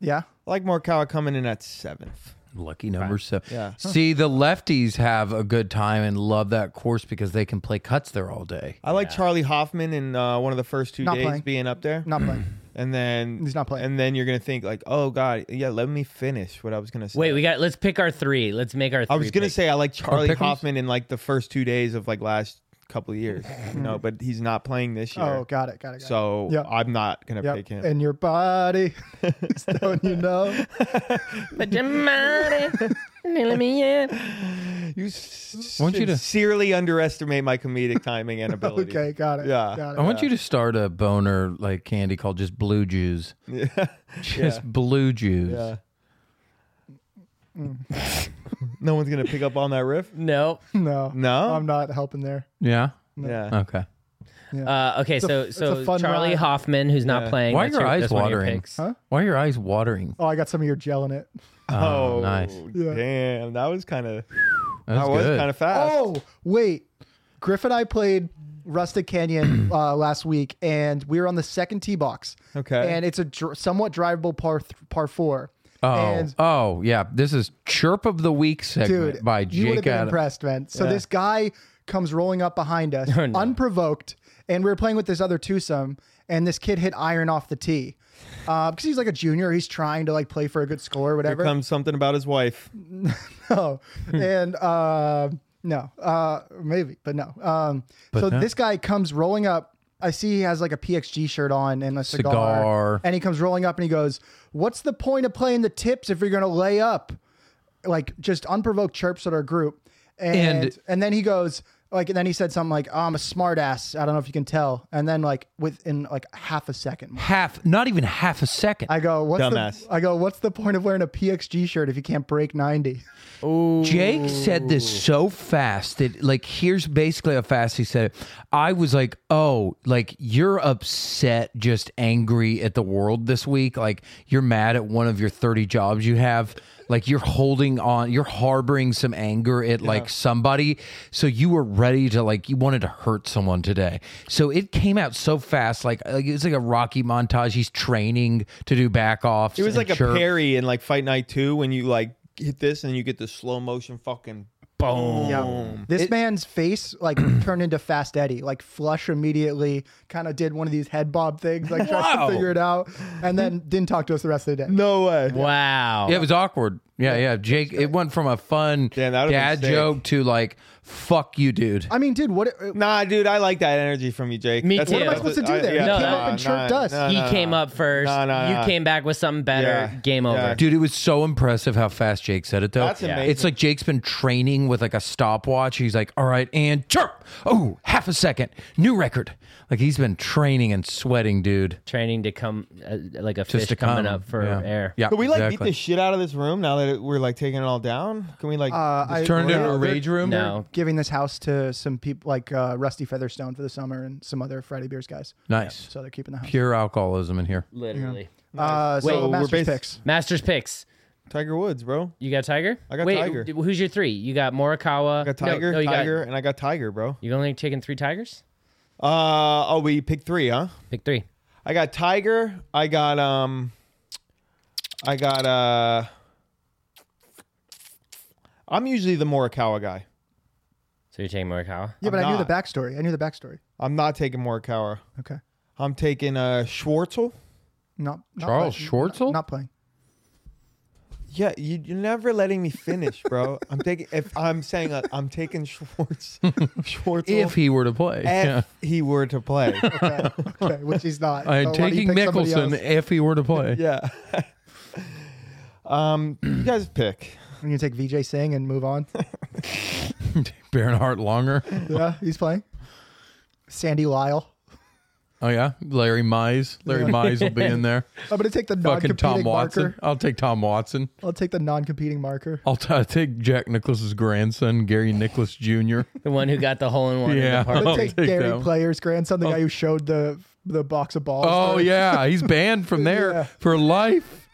E: yeah,
C: I like Morikawa coming in at seventh.
B: Lucky number seven.
C: Yeah.
B: See, the lefties have a good time and love that course because they can play cuts there all day.
C: I like Charlie Hoffman in uh, one of the first two
E: Not
C: days
E: playing.
C: being up there,
E: not playing.
C: and then
E: He's not playing.
C: And then you're gonna think like, oh god, yeah, let me finish what I was gonna say.
D: Wait, we got. Let's pick our three. Let's make our. Three
C: I was gonna
D: picks.
C: say I like Charlie
B: pick 'em?
C: Hoffman in like the first two days of like last couple of years, you know. But he's not playing this year.
E: Oh, got it, got it. Got it.
C: So
E: Yep.
C: I'm not gonna
E: Yep.
C: pick him.
E: And your body, is telling you know.
D: But your money, let me in.
C: you s-
B: want you to-
C: sincerely underestimate my comedic timing and ability.
E: Okay, got it.
C: Yeah. Oh,
E: got it.
B: I want you to start a boner like candy called just blue juice. Just blue juice.
C: Yeah. no one's gonna pick up on that riff.
D: No.
E: No,
C: No?
E: I'm not helping there.
B: Yeah?
C: Yeah.
B: Okay.
D: Uh, okay, so
E: it's
D: so
E: a fun
D: Charlie
E: ride.
D: Hoffman, who's not
C: Yeah.
D: playing.
B: Why are
D: that's
B: your eyes
D: that's one of
B: watering?
D: picks.
E: Huh?
B: Why are your eyes watering?
E: Oh, I got some of your gel in it.
B: Oh, nice.
E: Yeah.
C: damn, that was kind of
B: That
C: that was
B: good.
C: kind of fast.
E: Oh, wait. Griff and I played Rustic Canyon uh, last week, and we were on the second tee box.
C: Okay.
E: And it's a dr- somewhat drivable par th- par four.
B: Oh,
E: And-
B: oh, yeah. This is Chirp of the Week segment
E: Dude,
B: by
E: you would have
B: Jake
E: been
B: Adams.
E: impressed, man. So this guy comes rolling up behind us, unprovoked, and we were playing with this other twosome, and this kid hit iron off the tee because he's like a junior. He's trying to like play for a good score or whatever.
C: Comes something about his wife.
E: no. Oh, and uh, no, uh, maybe, but no. Um, so this guy comes rolling up. I see he has like a PXG shirt on and a cigar,
B: Cigar.
E: and he comes rolling up and he goes, "What's the point of playing the tips if you're gonna lay up?" Like just unprovoked chirps at our group, and and,
B: And-
E: then he goes. Like and then he said something like, oh, "I'm a smart ass. I don't know if you can tell." And then like within like half a second,
B: Half, not even half a second.
E: I go, "What's
C: Dumbass.
E: the?" I go, "What's the point of wearing a PXG shirt if you can't break 90?
B: Jake said this so fast that like here's basically how fast he said it. I was like, "Oh, like you're upset, just angry at the world this week. Like you're mad at one of your 30 jobs you have. Like you're holding on, you're harboring some anger at like somebody. So you were ready to like you wanted to hurt someone today. So it came out so fast like, like it's like a Rocky montage. He's training to do back offs.
C: It was like a parry in like Fight Night Two when you like hit this and you get the slow motion fucking boom.
E: This man's face like turned into Fast Eddie, like flush immediately. Kind of did one of these head bob things, like tried
B: Wow.
E: to figure it out, and then didn't talk to us the rest of the day.
C: No way.
D: Wow.
B: Yeah, it was awkward. Yeah, yeah. Jake, it went from a fun
C: Damn, that would've been
B: dad
C: sick.
B: joke to like, fuck you, dude.
E: I mean, dude, what?
C: Nah, dude, I like that energy from you, Jake.
D: Me
C: That's
D: too.
C: what
D: What am I
C: that's
E: supposed to do there?
C: I- uh,
E: You
D: came up
E: and chirped us.
D: he
C: no,
D: came
C: no.
D: up first.
C: No, no,
D: you
C: no.
D: came back with something better.
C: Yeah.
D: Game over.
C: Yeah.
B: Dude, it was so impressive how fast Jake said it, though.
C: That's Yeah. amazing.
B: It's like Jake's been training with like a stopwatch. He's like, all right, and chirp. Oh, half a second. New record. Like he's been training and sweating, dude.
D: Training to come uh, like a
B: Just
D: fish
B: to come.
D: coming up for
B: yeah.
D: air.
B: Yeah.
C: Can we like
B: exactly.
C: beat the shit out of this room now that it, we're like taking it all down? Can we like?
E: Uh, I
B: Turned into
E: yeah,
B: a
E: they're
B: rage room?
D: No.
E: Giving this house to some people like uh, Rusty Featherstone for the summer and some other Friday Beers guys.
B: Nice.
E: So they're keeping the house.
B: Pure alcoholism in here.
D: Literally.
E: Uh, so
D: Wait, we're
E: Masters
C: basi-
E: picks.
D: Masters picks.
C: Tiger Woods, bro.
D: You got Tiger?
C: I got
D: Wait,
C: Tiger.
D: d- Who's your three? You got Morikawa.
C: I got Tiger,
D: No, no, you
C: Tiger,
D: got.
C: and I got Tiger, bro.
D: You only taking three Tigers?
C: Uh oh, we picked three, huh?
D: Pick three.
C: I got Tiger. I got um. I got uh. I'm usually the Morikawa guy.
D: So you're taking Morikawa.
E: Yeah, but
C: I'm
E: I knew the
C: not.
E: backstory. I knew the backstory.
C: I'm not taking Morikawa.
E: Okay.
C: I'm taking uh Schwartzel.
E: Not, not
B: Charles
E: playing.
B: Schwartzel?
E: Not, playing.
C: Yeah, you, you're never letting me finish, bro. I'm taking if I'm saying uh, I'm taking Schwartz. Schwartzel.
B: If he were to play.
C: if
B: Yeah.
C: he were to play.
E: Okay, which he's not.
B: I am
C: Oh,
E: So why don't you
B: taking
E: pick somebody
B: Mickelson
E: else?
B: if he were to play.
C: yeah. um, you guys pick.
E: I'm gonna take VJ Singh and move on.
B: Bernhardt Longer.
E: Yeah, he's playing. Sandy Lyle.
B: Oh yeah, Larry Mize. Larry Mize will be in there.
E: I'm gonna take the
B: Fucking Tom
E: non-competing
B: Watson.
E: marker.
B: I'll take Tom Watson.
E: I'll take the non-competing marker.
B: I'll, t- I'll take Jack Nicholas's grandson, Gary Nicholas Jr.
D: The one who got the hole in one. in the
B: Yeah.
D: park.
E: I'll
B: I'll
E: take
B: take
E: Gary
B: that one.
E: Player's grandson, the guy who showed the the box of balls.
B: Oh
E: Or-
B: yeah, he's banned from there
E: Yeah.
B: for life.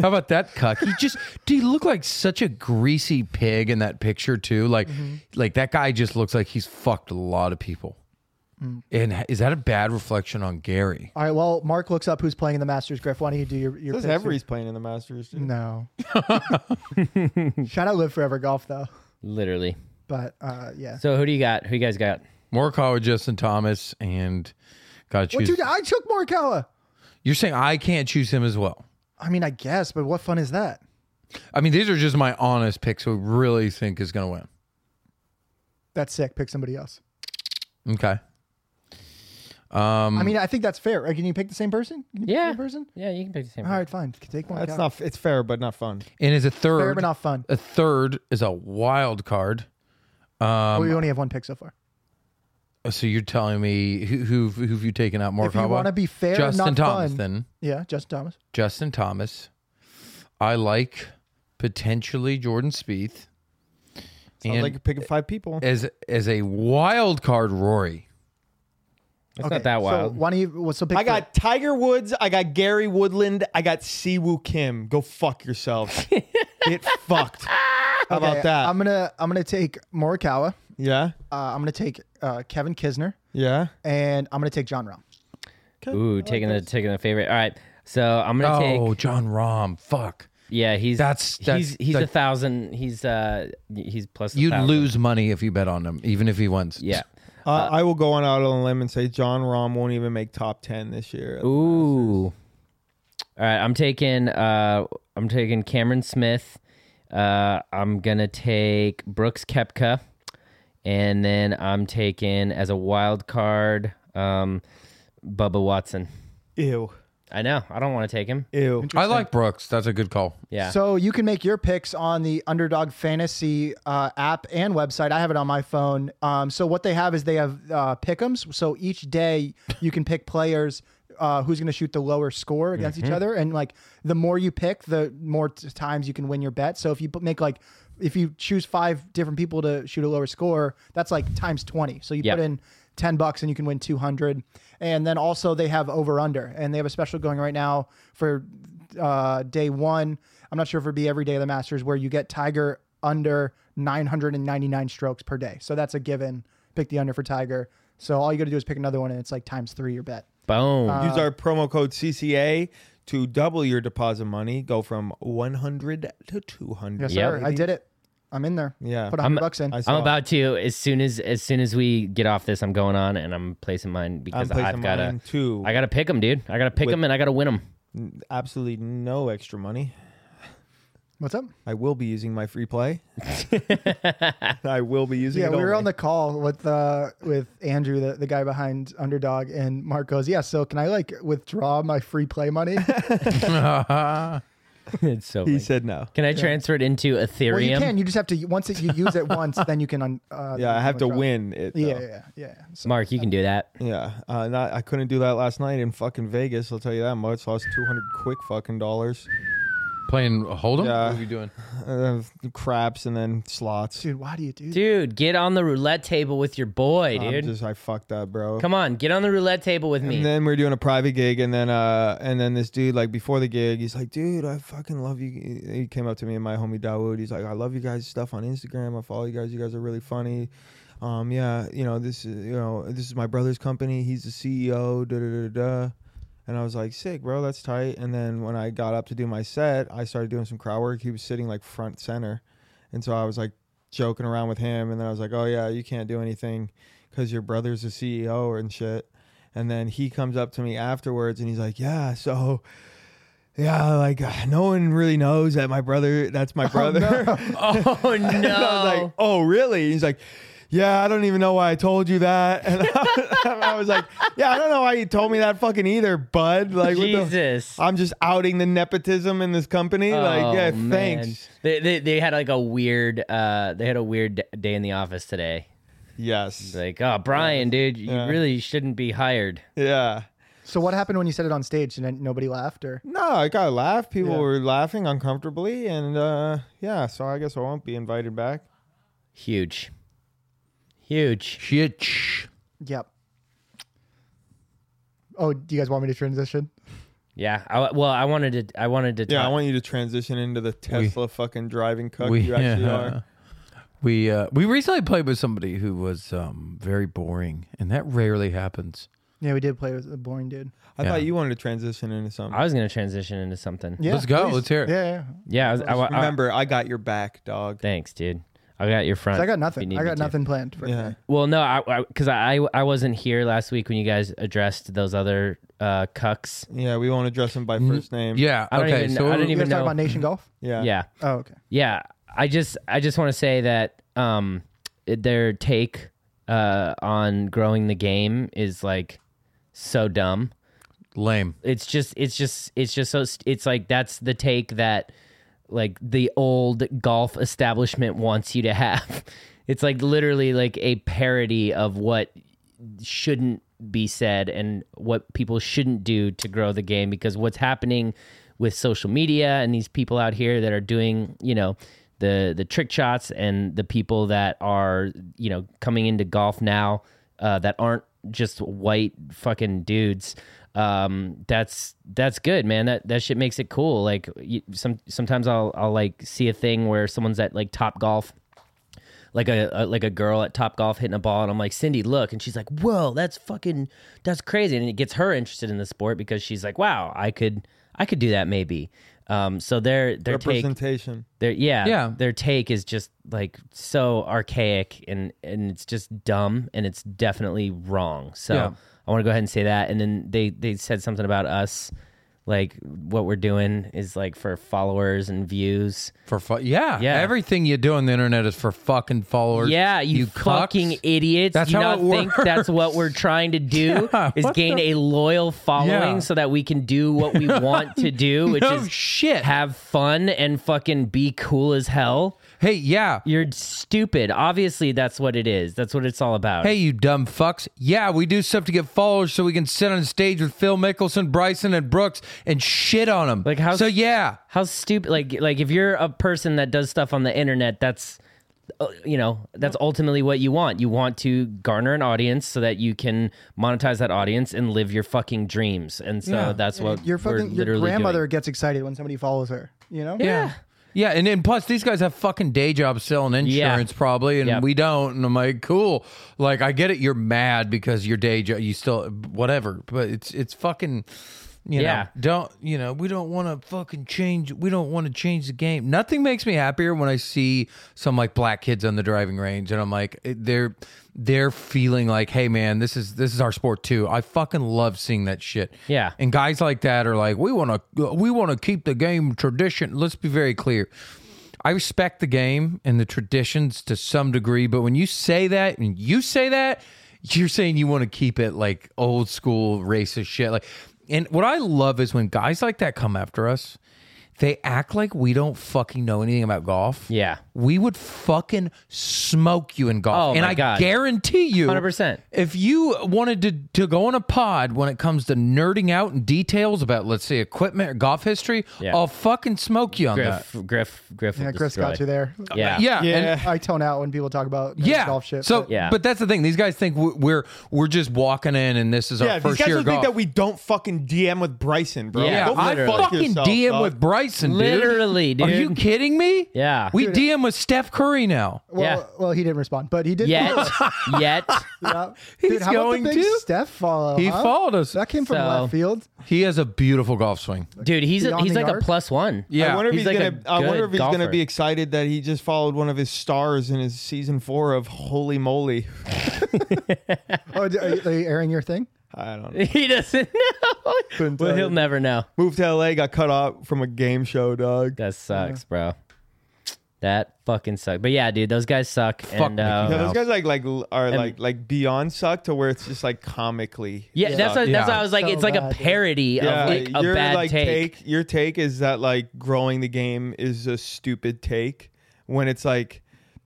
B: How about that cuck? He just do you look like such a greasy pig in that picture too? Like
E: Mm-hmm.
B: like that guy just looks like he's fucked a lot of people.
E: Mm.
B: And h- is that a bad reflection on Gary?
E: All right. Well, Mark looks up who's playing in the Masters. Griff, why don't you do your your
C: This
E: picks?
C: Every's playing in the Masters. dude.
E: No. Shout out Live Forever Golf though.
D: Literally.
E: But uh, yeah.
D: So who do you got? Who you guys got?
B: Morikawa, Justin Thomas, and gotta
E: Well,
B: choose.
E: dude, I took Morikawa.
B: You're saying I can't choose him as well.
E: I mean, I guess, but what fun is that?
B: I mean, these are just my honest picks who I really think is going to win.
E: That's sick. Pick somebody else.
B: Okay. Um,
E: I mean, I think that's fair. Right? Can you pick the same person? Can you pick the
D: Yeah.
E: same person.
D: Yeah, you can pick the same.
E: All right, fine. Take one.
C: That's
E: Cal.
C: not. It's fair, but not fun.
B: And is a third
E: fair, but not fun.
B: a third is a wild card. Um,
E: Well, we only have one pick so far.
B: Uh, So you're telling me who who've, who've you taken out more?
E: If you
B: Cowboy?
E: want to be fair, and
B: Justin
E: not
B: Thomas
E: fun.
B: then.
E: Yeah, Justin Thomas.
B: Justin Thomas. I like potentially Jordan Spieth
C: Sounds
B: And-
C: like you're picking five people.
B: as as a wild card Rory.
D: It's not that wild.
E: So why don't you? Well, so pick
C: I got Tiger Woods. I got Gary Woodland. I got Siwoo Kim. Go fuck yourselves. Get fucked. How
E: three.
C: about that?
E: I'm gonna I'm gonna take Morikawa.
C: yeah.
E: Uh, I'm gonna take uh, Kevin Kisner,
C: Yeah.
E: and I'm gonna take John Rahm.
D: Ooh, taking the taking the favorite. All right, so I'm gonna
B: Oh,
D: take.
B: John Rom. Fuck.
D: Yeah, he's
B: That's- that's-
D: he's he's
B: that-
D: a thousand. He's uh he's plus. a
B: You'd
D: thousand.
B: lose money if you bet on him, even if he wins.
D: Yeah.
C: I
D: Uh,
C: I will go on out on a limb and say John Rahm won't even make top ten this year.
D: Ooh. All right, I'm taking uh I'm taking Cameron Smith. Uh I'm going to take Brooks Kepka and then I'm taking as a wild card um Bubba Watson.
C: Ew.
D: I know. I don't want to take him.
C: Ew.
B: I like Brooks. That's a good call.
D: Yeah.
E: So you can make your picks on the Underdog Fantasy uh, app and website. I have it on my phone. Um, so what they have is they have uh, pick'ems. So each day you can pick players uh, who's going to shoot the lower score against each other, and like the more you pick, the more t- times you can win your bet. So if you put- make like if you choose five different people to shoot a lower score, that's like times twenty. So you
D: Yep.
E: put in 10 bucks and you can win 200 and then also they have over under and they have a special going right now for uh, day one i'm not sure if it'll be every day of the masters where you get tiger under 999 strokes per day so that's a given pick the under for tiger so all you gotta do is pick another one and it's like times three your bet
D: Boom.
C: Use our promo code CCA to double your deposit money. Go from 100 to 200.
E: yes
D: Yeah,
E: sir i
C: baby.
E: did it i'm in there
C: Yeah.
E: put
D: I'm-
E: 100 bucks in
C: I
D: I'm
C: saw-
D: about to as soon as as soon as we get off this I'm going on and I'm placing
C: I'm
D: mine because
C: placing
D: I've got to
C: mine too.
D: I got to pick him, dude. I got to pick him and I got to win him.
C: absolutely no extra money.
E: what's up
C: I will be using my free play. I will be using
E: yeah,
C: it.
E: we were
C: only.
E: on the call with uh, with Andrew, the, the guy behind Underdog, and Mark goes, "Yeah, so can I like withdraw my free play money?"
D: it's so
C: He
D: funny.
C: said no.
D: Can I transfer it into Ethereum?
E: Well, you can. You just have to once it, you use it once, then you can. Un, uh, then
C: Yeah, I
E: you
C: have to
E: can withdraw.
C: win it.
E: Yeah,
C: though.
E: yeah, yeah. yeah. So,
D: Mark, you can do that.
C: Yeah, uh, not, I couldn't do that last night in fucking Vegas. I'll tell you that much. Lost two hundred quick fucking dollars,
B: Playing Hold'em?
C: Yeah.
B: What are you doing?
C: uh, craps, and then slots.
E: dude, why do you do? that?
D: Dude, get on the roulette table with your boy,
C: I'm
D: dude.
C: just I fucked up, bro.
D: Come on, get on the roulette table with me.
C: And then we are doing a private gig, and then uh, and then this dude like before the gig, he's like, "Dude, I fucking love you." He came up to me and my homie Dawood. He's like, "I love you guys' stuff on Instagram. I follow you guys. You guys are really funny." Um, yeah, you know this is you know this is my brother's company. He's the CEO. Da da da da. And I was like, "Sick, bro. That's tight." And then when I got up to do my set, I started doing some crowd work. He was sitting like front center, and so I was like joking around with him, and then I was like, "Oh yeah, you can't do anything because your brother's the CEO and shit." And then he comes up to me afterwards, and he's like, "Yeah, so." Yeah, like no one really knows that my brother, that's my brother.
D: oh no.
C: And I was like, oh, really? He's like, yeah, I don't even know why I told you that. And I, I was like, yeah, I don't know why you told me that fucking either, bud. Like, what the-
D: Jesus.
C: I'm just outing the nepotism in this company.
D: Oh,
C: like, yeah,
D: man.
C: thanks.
D: They, they, they had like a weird uh they had a weird d- day in the office today.
C: Yes.
D: Like, oh Brian, dude, you
C: Yeah.
D: really shouldn't be hired.
C: Yeah.
E: So what happened when you said it on stage and then nobody laughed? Or
C: No, I got a laugh. People
E: Yeah.
C: were laughing uncomfortably. And uh, yeah, so I guess I won't be invited back.
D: Huge. Huge.
B: Shit.
E: yep. Oh, do you guys want me to transition?
D: Yeah. I, well, I wanted to I wanted to
C: Yeah, I
D: talk-
C: want you to transition into the Tesla fucking driving cuck
B: We,
C: you actually
B: yeah.
C: are.
B: we, uh, we recently played with somebody who was um, very boring, and that rarely happens.
E: Yeah, we did play with a boring dude.
C: I thought you wanted to transition into something.
D: I was going to transition into something. Yeah.
E: Yeah,
B: Let's go. Let's hear it.
E: Yeah, yeah.
D: I was, I, wa- I-
C: Remember, I got your back, dog.
D: thanks, dude. I got your front.
E: So I got
D: if you
E: nothing.
D: need
E: I
D: me
E: got
D: to.
E: nothing planned for
C: Yeah.
D: Well, no, I because I, I wasn't here last week when you guys addressed those other uh, cucks.
C: Yeah, we won't address him by first name.
B: Yeah.
D: I don't
B: okay.
D: even-
B: so
D: I
B: what
D: don't
B: are we-
E: You
D: even
E: guys
D: know.
E: talking about Nation Golf?
C: Yeah.
D: Yeah,
E: Oh, okay.
D: yeah. I just I just want to say that um, their take uh, on growing the game is like so dumb.
B: Lame.
D: It's just it's just it's just so st- it's like that's the take that like the old golf establishment wants you to have. It's like literally like a parody of what shouldn't be said and what people shouldn't do to grow the game because what's happening with social media and these people out here that are doing, you know, the the trick shots and the people that are, you know, coming into golf now uh, that aren't just white fucking dudes. Um, that's that's good, man. That that shit makes it cool. Like you, some sometimes I'll I'll like see a thing where someone's at like Top Golf like a, a like a girl at Top Golf hitting a ball, and I'm like, Cindy, look, and she's like, whoa, that's fucking, that's crazy, and it gets her interested in the sport because she's like, wow, I could, I could do that maybe. Um, so their their take,
C: Representation.
D: their yeah,
B: Yeah.
D: their take is just like so archaic and and it's just dumb and it's definitely wrong. So
B: Yeah.
D: I want to go ahead and say that, and then they they said something about us. Like what we're doing is like for followers and views.
B: For fu- yeah,
D: Yeah.
B: Everything you do on the internet is for fucking followers.
D: Yeah, you,
B: cucks.
D: fucking idiots.
B: That's
D: Do you
B: how
D: not
B: it
D: think that's what we're trying to do
B: Yeah,
D: is
B: what
D: gain a loyal following
B: Yeah.
D: so that we can do what we want to do, which
B: No
D: is
B: shit.
D: have fun and fucking be cool as hell.
B: Hey, yeah.
D: You're stupid. Obviously, that's what it is. That's what it's all about.
B: Hey, you dumb fucks. Yeah, we do stuff to get followers so we can sit on stage with Phil Mickelson, Bryson, and Brooks and shit on them.
D: Like, how-
B: So yeah,
D: how stupid! Like, like if you're a person that does stuff on the internet, that's uh, you know that's ultimately what you want. You want to garner an audience so that you can monetize that audience and live your fucking dreams. And so
B: Yeah.
D: that's what
E: Your
D: we're
E: fucking your
D: literally doing.
E: grandmother gets excited when somebody follows her. You know?
D: Yeah.
B: yeah. And then plus, these guys have fucking day jobs selling insurance probably, and
D: Yep.
B: we don't. And I'm like, cool. Like, I get it. You're mad because your day job, you still whatever. But it's it's fucking. You
D: Yeah.
B: know, don't you know? We don't want to fucking change. We don't want to change the game. Nothing makes me happier when I see some like black kids on the driving range, and I'm like, it- they're they're feeling like, hey man, this is this is our sport too. I fucking love seeing that shit.
D: Yeah.
B: and guys like that are like, we want to we want to keep the game tradition. Let's be very clear. I respect the game and the traditions to some degree, but when you say that and you say that, you're saying you want to keep it like old school racist shit. Like, and what I love is when guys like that come after us, they act like we don't fucking know anything about golf.
D: Yeah.
B: We would fucking smoke you in golf.
D: Oh,
B: and
D: my
B: I
D: God.
B: guarantee you
D: 100%.
B: if you wanted to, to go on a pod when it comes to nerding out and details about, let's say, equipment or golf history,
D: Yeah.
B: I'll fucking smoke you on that.
D: Griff, Griff, Griff. will
E: Yeah, Chris
D: destroy.
E: got you there.
D: Yeah. uh,
B: Yeah. and-
C: Yeah.
E: I tone out when people talk about
B: yeah.
E: golf shit.
B: So,
E: but-
D: Yeah.
B: but that's the thing. These guys think we- we're we're just walking in, and this is
C: Yeah,
B: our
C: these
B: first
C: guys
B: year
C: would
B: of
C: think
B: golf.
C: that we don't fucking DM with Bryson, bro.
D: Yeah,
B: yeah,
C: Go
B: I
C: fuck
B: fucking
C: yourself,
B: DM
C: dog.
B: with Bryson, dude.
D: Literally, dude.
B: Are you kidding me?
D: Yeah.
B: we DM with Steph Curry now.
E: well,
D: yeah.
E: well, he didn't respond, but he did.
D: Yet, yet.
E: Yeah.
B: He's
E: Dude, how
B: going
E: about the big
B: to?
E: Steph follow?
B: He
E: huh?
B: followed us.
E: That came from
D: So-
E: left field.
B: He has a beautiful golf swing.
D: Dude, he's a,
E: Beyond
D: he's
E: the
D: like a
E: arc?
D: plus one.
B: Yeah.
C: I wonder if
D: He's
C: he's,
D: like a
C: gonna. I wonder
D: good
C: if he's gonna
D: golfer.
C: be excited that he just followed one of his stars in his season four of Holy Moly.
E: Oh, d- are you, are you airing your thing?
C: I don't know.
D: He doesn't know.
E: Couldn't
D: well,
E: tell
D: he'll
E: you.
D: never know.
C: Moved to LA, got cut off from a game show, dog.
D: That sucks, bro. That fucking sucks. But yeah, dude, those guys suck. and
B: Mickey
C: Yeah,
D: uh,
B: Mouse.
C: those guys like like l- are like like beyond suck to where it's just like comically.
D: yeah, that's
C: suck.
D: what,
B: Yeah.
D: that's what I was like.
E: So
D: it's like
E: bad,
D: a
E: dude.
D: parody
C: yeah.
D: of like a
C: your
D: bad
C: like
D: take.
C: Your take is that like growing the game is a stupid take when it's like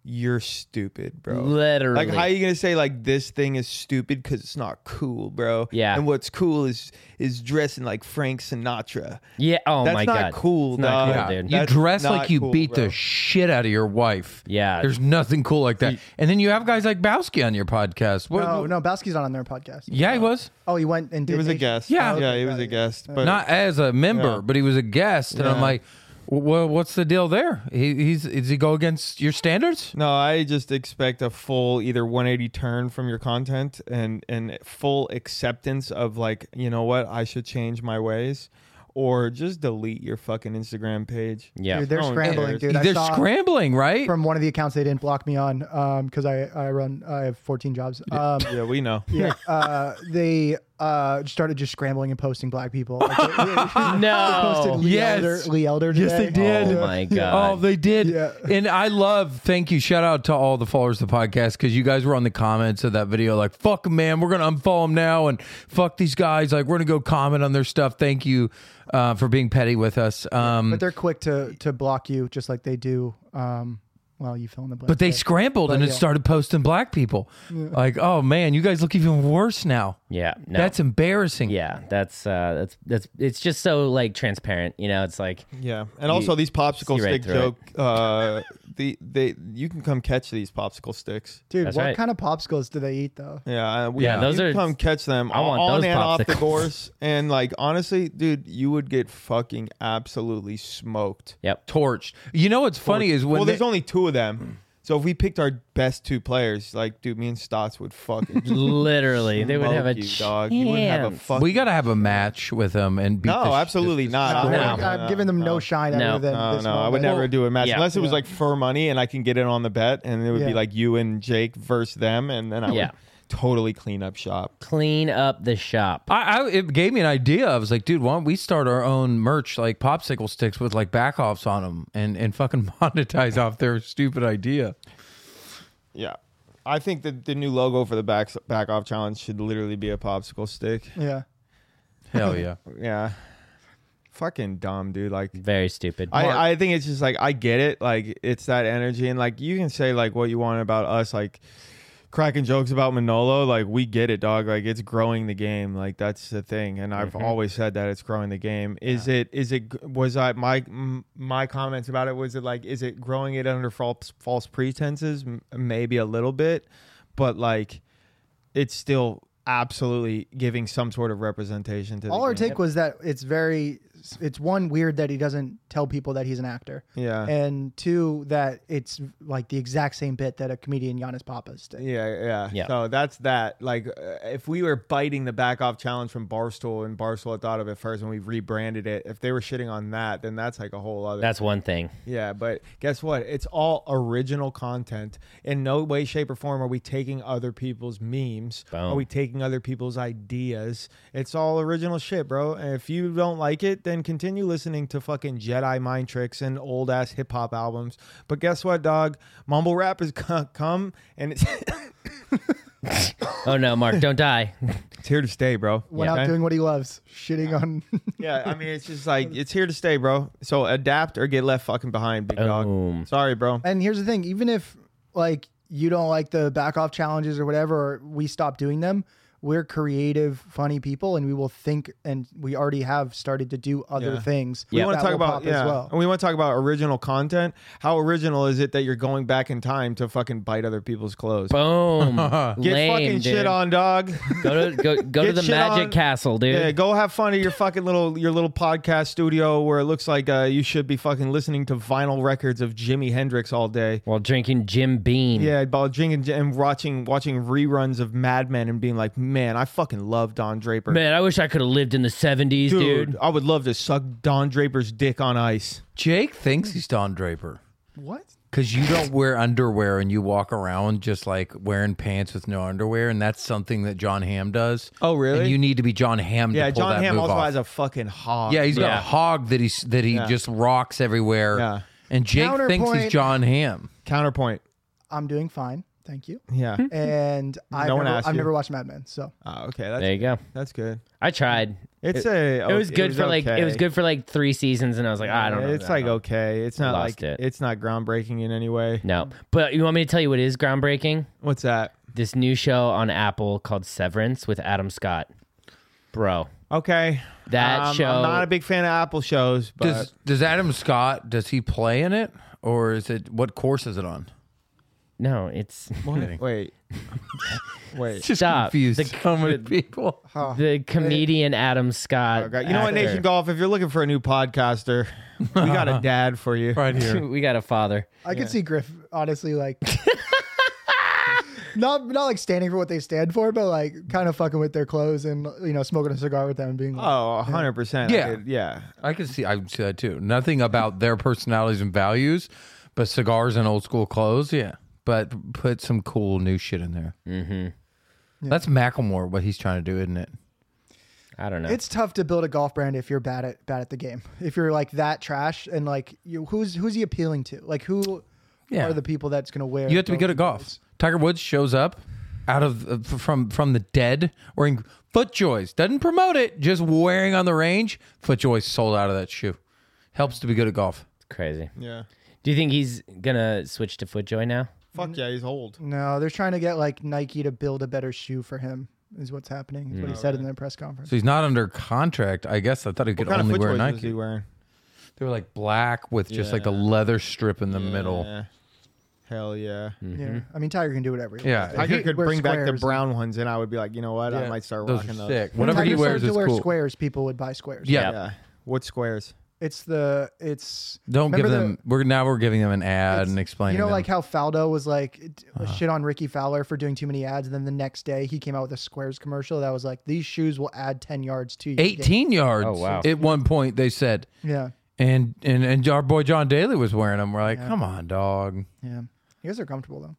C: you're stupid, bro.
D: Literally.
C: Like, how are you gonna say like this thing is stupid because it's not cool, bro?
D: Yeah.
C: And what's cool is is dressing like Frank Sinatra.
D: Yeah. Oh
C: That's
D: my
C: not
D: god.
C: cool,
D: It's
C: dog.
D: not cool,
C: Yeah.
D: dude.
B: You
C: That's
B: dress
C: not
B: like you
C: cool,
B: beat
C: bro.
B: the shit out of your wife.
D: Yeah.
B: There's nothing cool like that. And then you have guys like Bowski on your podcast. What,
E: Oh, No, no, Basky's not on their podcast.
B: Yeah, he was.
E: Oh, he went and did
C: He was a
E: Nation-
C: guest.
B: Yeah.
C: Yeah, he was a guest. But
B: Not as a member,
C: Uh, Yeah.
B: but he was a guest. And I'm
C: Yeah.
B: like, well, what's the deal there? He, he's is he go against your standards?
C: No, I just expect a full either 180 turn from your content and and full acceptance of like, you know what, I should change my ways or just delete your fucking Instagram page.
D: Yeah.
E: Dude, they're
C: No one
E: scrambling,
C: cares.
E: dude. I
B: They're
E: saw
B: scrambling, right?
E: from one of the accounts they didn't block me on because I I run I have 14 jobs. Um,
C: Yeah, we know.
E: yeah, uh, they uh, uh, started just scrambling and posting black people. Like, they- they- they posted
D: No.
E: Lee
B: Yes.
E: Elder, Lee Elder
B: Yes,
E: today.
B: they did.
D: Oh my
B: Oh,
D: god.
B: they did.
E: Yeah.
B: And I love, thank you. Shout out to all the followers of the podcast because you guys were on the comments of that video like, fuck 'em, man, we're going to unfollow them now and fuck these guys. Like, we're going to go comment on their stuff. Thank you uh, for being petty with us. Um,
E: But they're quick to to block you, just like they do. Um, well, you fill in the blank.
B: But they
E: there.
B: scrambled and it
E: yeah.
B: started posting black people. Like, oh man, you guys look even worse now.
D: yeah. No.
B: That's embarrassing.
D: yeah. That's uh. That's that's. It's just so like transparent. You know. It's like
C: Yeah, and also these popsicle
D: see right
C: stick
D: through
C: joke. Uh, the they you can come catch these popsicle sticks.
E: dude,
D: That's
E: what
D: right.
E: kind of popsicles do they eat though?
C: Yeah, uh, we,
B: Yeah,
C: you
D: those
C: can
D: are-
C: come catch them.
D: I want
C: on
D: those
C: and off the
D: popsicles.
C: course, and like honestly, dude, you would get fucking absolutely smoked.
D: yep.
B: Torched. You know what's funny is when
C: well,
B: they-
C: there's only two of them, so if we picked our best two players, like dude, me and Stotts would fucking.
D: Literally, they would have a
C: smoke you, dog. You wouldn't have a
D: chance.
C: fucking.
B: we got to have a match with them and beat the
C: no,
B: sh-
C: absolutely not.
E: I'm,
C: I'm
E: like,
C: not-
E: I'm giving them no, shine
D: No.
E: other than
C: Uh, No,
E: this
C: no, I would
E: moment.
C: never do a match
D: yeah.
C: unless it was like for money and I can get in on the bet, and it would
E: Yeah.
C: be like you and Jake versus them, and then I
D: Yeah.
C: would totally clean up shop.
D: clean up the shop.
B: I, I it gave me an idea. I was like, dude, why don't we start our own merch, like popsicle sticks with like back offs on them, and and fucking monetize off their stupid idea.
C: Yeah, I think that the new logo for the back back off challenge should literally be a popsicle stick.
E: Yeah.
B: Hell yeah.
C: Yeah, fucking dumb, dude. Like.
D: Very stupid.
C: I, I think it's just like I get it, like it's that energy, and like you can say like what you want about us, like cracking jokes about Manolo, like we get it, dog. Like it's growing the game. Like that's the thing. And
E: Mm-hmm.
C: I've always said that it's growing the game. Is it? Is it? Was I my m- my comments about it? Was it like? Is it growing it under false false pretenses? M- maybe a little bit, but like it's still absolutely giving some sort of representation to the
E: All our
C: game.
E: take was that it's very, it's one weird that he doesn't tell people that he's an actor,
C: Yeah.
E: and two that it's like the exact same bit that a comedian Giannis Papas did.
C: Yeah, yeah,
D: Yeah.
C: So that's that. Like, uh, if we were biting the back off challenge from Barstool and Barstool had thought of it first and we rebranded it, if they were shitting on that, then that's like a whole other.
D: That's one thing.
C: yeah, but guess what? It's all original content. In no way, shape, or form are we taking other people's memes. Are
D: Boom.
C: we taking other people's ideas? It's all original shit, bro. And if you don't like it, then continue listening to fucking Jedi mind tricks and old ass hip hop albums. But guess what, dog? Mumble rap has co- come and it's.
D: Oh no, Mark, don't die.
C: It's here to stay, bro.
E: Went out
C: Okay?
E: doing what he loves, shitting on.
C: yeah, I mean, it's just like it's here to stay, bro. So adapt or get left fucking behind, big
D: Boom.
C: dog. Sorry, bro.
E: and here's the thing: even if like you don't like the back off challenges or whatever, or we stop doing them. We're creative, funny people, and we will think, and we already have started to do other
C: Yeah.
E: things.
C: We want
E: that
C: to talk
E: will
C: about
E: pop
C: yeah, Oh.
E: as well.
C: and we want to talk about original content. How original is it that you're going back in time to fucking bite other people's clothes?
D: Boom.
C: Get
D: Lame,
C: fucking
D: dude.
C: shit on, dog.
D: Go to go go to
C: Get
D: the
C: shit
D: magic
C: on.
D: castle, dude.
C: yeah, go have fun at your fucking little your little podcast studio where it looks like uh, you should be fucking listening to vinyl records of Jimi Hendrix all day.
D: While drinking Jim Beam.
C: Yeah, about drinking and watching watching reruns of Mad Men and being like, man, I fucking love Don Draper.
D: Man, I wish I could have lived in the seventies, dude.
C: I would love to suck Don Draper's dick on ice.
B: Jake thinks he's Don Draper
E: What?
B: because you don't wear underwear and you walk around just like wearing pants with no underwear, and that's something that John Hamm does.
C: Oh, really?
B: And you need to be John Hamm.
C: Yeah,
B: to pull
C: John
B: that
C: Hamm
B: move
C: also
B: off.
C: has a fucking hog.
B: Yeah, he's got
D: Yeah.
B: a hog that he's that he just rocks everywhere.
C: Yeah.
B: And Jake thinks he's
E: Counterpoint.
B: John Hamm.
C: counterpoint.
E: I'm doing fine, thank you.
C: Yeah.
D: Hmm?
E: And I've,
C: No one
E: never,
C: asked
E: I've
C: you.
E: never watched Mad Men, so
C: oh, okay, that's
D: There you go.
C: that's good.
D: I tried.
C: It's a.
D: It was good for like
C: Oh, okay.
D: it was good for like three seasons, and I was like, "Ah, I don't know.
C: It's
D: I
C: like
D: don't know.
C: okay. It's not like
D: Lost it.
C: it's not groundbreaking in any way.
D: no. But you want me to tell you what is groundbreaking?
C: What's that?
D: This new show on Apple called Severance with Adam Scott, bro.
C: Okay.
D: That
C: Um,
D: show-
C: I'm not a big fan of Apple shows, but
B: Does does Adam Scott does he play in it or is it what course is it on?
D: No, it's
C: wait, wait.
B: Just
D: Stop.
B: confused
D: The-
B: so many people.
D: the comedian Adam Scott.
C: Okay. You know what,
D: actor.
C: Nation Golf? If you're looking for a new podcaster, we got a dad for you.
B: Right here.
D: we got a father.
E: I could see Griff honestly like not not like standing for what they stand for, but like kind of fucking with their clothes and you know smoking a cigar with them and being like,
C: Oh, 100 percent.
B: Yeah.
C: yeah.
B: I can see I can see that too. Nothing about their personalities and values, but cigars and old school clothes, yeah. But put some cool new shit in there. Mm-hmm. That's Macklemore, what he's trying to do, isn't it?
D: I don't know.
E: It's tough to build a golf brand if you're bad at bad at the game. If you're like that trash and like you, who's who's he appealing to? Like who
B: Yeah.
E: are the people that's gonna wear?
B: You have to be
E: those
B: good at golf.
E: clothes?
B: Tiger Woods shows up out of uh, f- from from the dead wearing FootJoys. Doesn't promote it, just wearing on the range. FootJoys sold out of that shoe. Helps to be good at golf.
D: crazy.
C: Yeah.
D: Do you think he's gonna switch to FootJoy now?
C: Fuck yeah, he's old.
E: No, they're trying to get like Nike to build a better shoe for him. Is what's happening. Is what
B: Mm.
E: he said in their press conference.
B: So he's not under contract. I guess I thought he could
C: What kind of
B: only
C: foot
B: wear
C: choice was
B: Nike.
C: he wearing?
B: They were like black with just like the
C: Yeah.
B: leather strip in the middle.
C: Yeah. Hell yeah.
B: Mm-hmm.
E: Yeah, I mean Tiger can do whatever. He
B: Hmm? Yeah.
E: wants. If
C: Tiger
E: he
C: could
E: wears
C: bring back the
E: squares-
C: brown ones, and I would be like, you know what? I
B: Yeah.
C: might start
B: Those
C: rocking
B: are
C: those.
B: sick.
E: When
B: Whatever he
E: Tiger
B: wears
E: started
B: is
E: to wear
B: cool.
E: squares. People would buy squares.
B: Yeah.
C: Yeah. What squares?
E: it's the it's
B: Don't give
E: remember the-
B: them. we're now we're giving them an ad
E: It's-
B: and explaining.
E: You know,
B: them.
E: like how Faldo was like it- was
B: Uh-huh.
E: shit on Ricky Fowler for doing too many ads, and then the next day he came out with a Squares commercial that was like, "These shoes will add ten yards to you."
B: 18 yards.
D: Oh, wow.
B: At one point they said,
E: Yeah,
B: and and and our boy John Daly was wearing them. We're like, come on, dog.
E: yeah. You guys are comfortable though.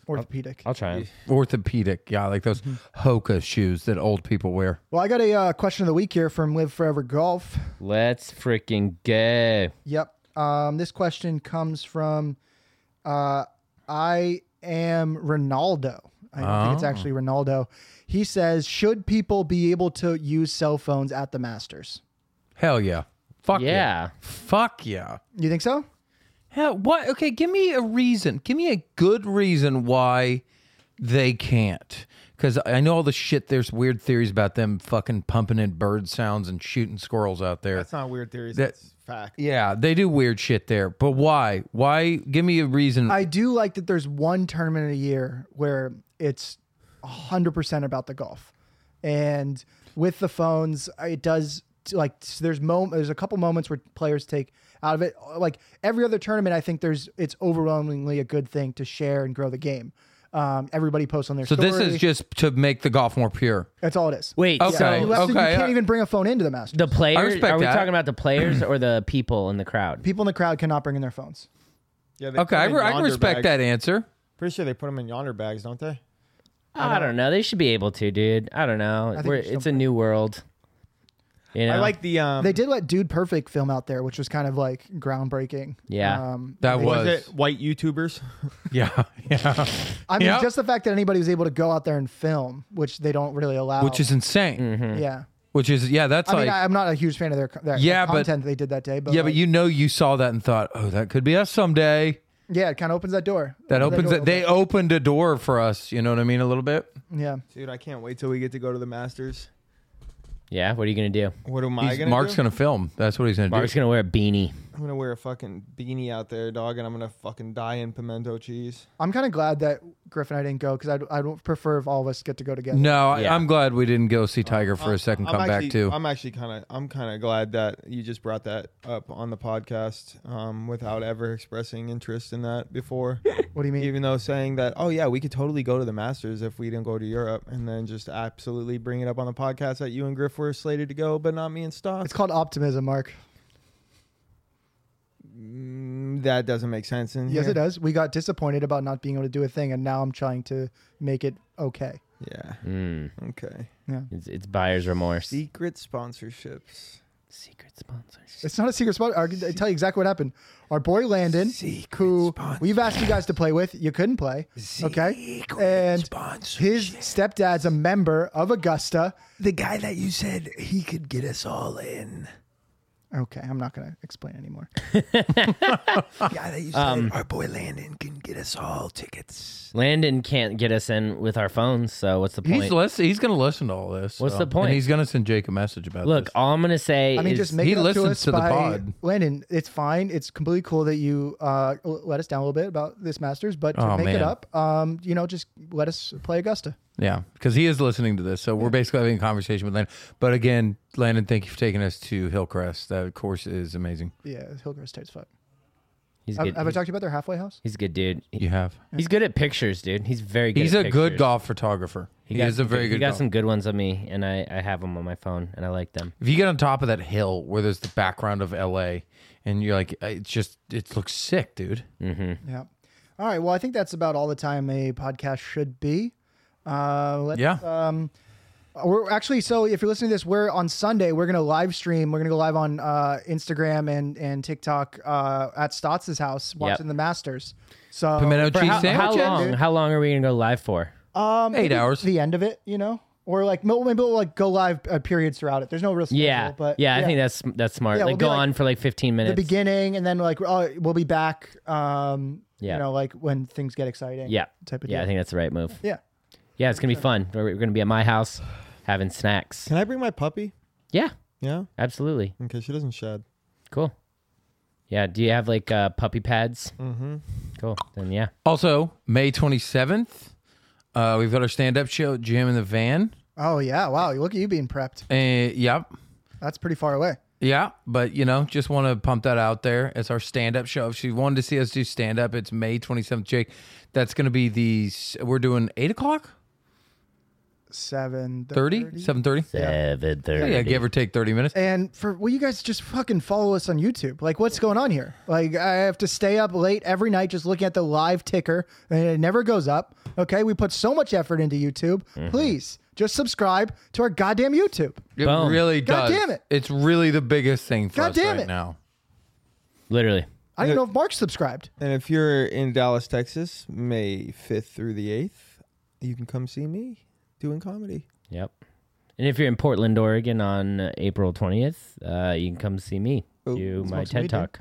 B: Uh,
E: Orthopedic.
D: I'll try him.
B: orthopedic. Yeah, like those
C: Mm-hmm.
B: Hoka shoes that old people wear.
E: well, I got a uh, question of the week here from Live Forever Golf.
D: Let's freaking go.
E: Yep. Um, this question comes from uh, I am Ronaldo. I don't think it's actually Ronaldo. He says, "Should people be able to use cell phones at the Masters?"
B: Hell yeah. Fuck yeah.
D: Yeah.
B: Fuck yeah.
E: You think so?
B: Hell, what? Okay, give me a reason. Give me a good reason why they can't. Because I know all the shit. There's weird theories about them fucking pumping in bird sounds and shooting squirrels out there.
C: That's not weird theories.
B: That-
C: That's fact.
B: yeah, they do weird shit there. But why? Why? Give me a reason.
E: I do like that there's one tournament a year where it's 100% about the golf. And with the phones, it does like so there's mom there's a couple moments where players take out of it like every other tournament I think there's it's overwhelmingly a good thing to share and grow the game. Um, everybody posts on their
B: so
E: story.
B: this is just to make the golf more pure.
E: that's all it is.
D: Wait.
B: Okay.
D: So uh,
E: you, have to- you
B: okay,
E: can't
B: I-
E: even bring a phone into the Masters.
D: the
B: I
D: players?
B: respect
D: Are we
B: that.
D: talking about the players or the people in the crowd?
E: People in the crowd cannot bring in their phones.
C: Yeah, they
B: Okay,
C: put
B: I,
C: them
B: re-
C: in
B: I can
C: yonder
B: respect
C: bags.
B: that answer.
C: Pretty sure they put them in yonder bags, don't they?
D: I don't know. They should be able to, dude. I don't know.
E: think
D: We're,
E: we should
D: it's a new world. You know?
C: I like the um.
E: They did let Dude Perfect film out there, which was kind of like groundbreaking.
D: Yeah.
E: Um,
B: That
C: was
B: was,
C: it white YouTubers?
B: yeah, yeah,
E: I mean,
B: Yeah.
E: just the fact that anybody was able to go out there and film, which they don't really allow.
B: which is insane.
E: yeah.
B: Which is yeah, that's
E: I
B: like
E: mean, Mm-hmm. I, I'm not a huge fan of their, co- their
B: Yeah, but-
E: content they did that day, but
B: yeah,
E: like,
B: but you know you saw that and thought, oh, that could be us someday.
E: yeah, it kind of opens that door.
B: That
E: Opens
B: opens
E: door
B: it. They opened a door for us. You know what I mean? A little bit.
E: a little- yeah.
C: Dude, I can't wait till we get to go to the Masters.
D: yeah. What are you gonna do?
C: What am I
B: He's,
C: gonna
B: Mark's
C: do?
B: gonna film. That's what he's gonna
D: Mark's
B: do.
D: gonna wear a beanie.
C: I'm gonna wear a fucking beanie out there, dog, and I'm gonna fucking die in pimento cheese.
E: I'm kind of glad that Griffin and I didn't go because I'd, I'd prefer if all of us get to go together.
B: No, I
D: Yeah.
B: I'm glad we didn't go see Tiger for a second
C: I'm
B: comeback
C: actually,
B: too.
C: I'm actually kind of I'm kind of glad that you just brought that up on the podcast um, without ever expressing interest in that before.
E: What do you mean?
C: Even though saying that, oh yeah, we could totally go to the Masters if we didn't go to Europe, and then just absolutely bring it up on the podcast that you and Griff were slated to go, but not me and Stock.
E: it's called optimism, Mark.
C: Mm, that doesn't make sense. In
E: Yes,
C: here.
E: it does. We got disappointed about not being able to do a thing, and now I'm trying to make it okay.
C: Yeah.
D: Mm.
C: Okay.
D: It's, it's buyer's remorse.
C: Secret sponsorships.
D: Secret sponsors.
E: It's not a secret spot. I can tell you exactly what happened. Our boy Landon, who we've asked you guys to play with, you couldn't play. Okay, and his stepdad's a member of Augusta.
B: the guy that you said he could get us all in.
E: Okay, I'm not gonna explain anymore.
B: guy that you said our boy Landon can get us all tickets.
D: Landon can't get us in with our phones, so what's the point?
B: He's listen, He's gonna listen to all this.
D: What's
B: so-
D: the point?
B: And he's gonna send Jake a message about
D: Look,
B: this.
D: all I'm gonna say
E: I mean,
D: is
E: just make
B: he
E: it up to
B: listens
E: us
B: to the
E: by-
B: pod.
E: Landon. It's fine. It's completely cool that you uh, l- let us down a little bit about this Masters, but to
B: Oh,
E: make it
B: man.
E: up, um, you know, just let us play Augusta.
B: Yeah, because he is listening to this, so we're basically having a conversation with Landon. But again, Landon, thank you for taking us to Hillcrest. That course is amazing.
E: Yeah, Hillcrest State's fuck.
D: he's
E: Have,
D: good.
E: have I talked to you about their halfway house?
D: he's a good dude. He-
B: You have.
D: He's good at pictures, dude. He's very good.
B: He's
D: at
B: a good
D: pictures.
B: golf photographer. He,
D: got
B: is a
D: some
B: very good.
D: He got
B: golf-
D: some good ones of me, and I, I have them on my phone, and I like them.
B: If you get on top of that hill where there's the background of L.A. and you're like, uh, it's just it looks sick, dude.
D: Mm.
E: Yeah. All right. Well, I think that's about all the time a podcast should be. Uh, let's,
B: Yeah.
E: Um, We're actually so if you're listening to this, we're on Sunday. We're gonna live stream. We're gonna go live on uh, Instagram and and TikTok uh, at Stotts' house watching the Masters. So
B: Pimento
D: For
B: cheese
D: how, how
B: sandwiches?
D: long? How long are we gonna go live for?
E: um,
B: Eight
E: maybe
B: hours.
E: The end of it, you know, or like mo- maybe we'll like go live uh, periods throughout it. There's no real schedule,
D: Yeah,
E: but
D: yeah, I think that's that's smart.
E: Yeah,
D: like
E: we'll be
D: go
E: like-
D: on for like fifteen minutes.
E: the beginning, and then like oh, we'll be back. Um,
D: Yeah.
E: you know, like when things get exciting.
D: Yeah,
E: type of
D: yeah, I
E: deal.
D: think that's the right move.
E: yeah.
D: Yeah, it's gonna be fun. We're, we're gonna be at my house having snacks.
C: Can I bring my puppy?
D: Yeah,
C: Yeah.
D: absolutely.
C: Okay, she doesn't shed.
D: Cool. Yeah. Do you have like uh, puppy pads? Mm-hmm. Cool. Then yeah.
B: Also, May 27th, uh, we've got our stand up show, Jim in the Van.
E: Oh yeah! Wow, look at you being prepped.
B: Uh, yep.
E: That's pretty far away.
B: Yeah. But, you know, just want to pump that out there. It's our stand up show. If she wanted to see us do stand up, it's May 27th, Jake. That's going to be the, s- we're doing 8 o'clock,
E: Seven
B: 30, 7.30.
D: Seven thirty.
B: Oh, Yeah, give or take 30 minutes.
E: And for will you guys just fucking follow us on YouTube? Like, what's going on here? Like, I have to stay up late every night just looking at the live ticker, and it never goes up. Okay, we put so much effort into YouTube. Please just subscribe to our goddamn YouTube.
B: It
D: Boom.
B: really
E: God
B: does.
E: damn it.
B: It's really the biggest thing for
E: God
B: us
E: damn
B: right
E: it.
B: now.
D: Literally.
E: I don't even know if Mark subscribed.
C: And if you're in Dallas, Texas, May 5th through the 8th, you can come see me doing comedy.
D: Yep. And if you're in Portland, Oregon, on uh, April twentieth, uh, you can come see me
C: Oh,
D: do
C: smoke
D: my
C: some
D: TED
C: weed, dude.
D: Talk.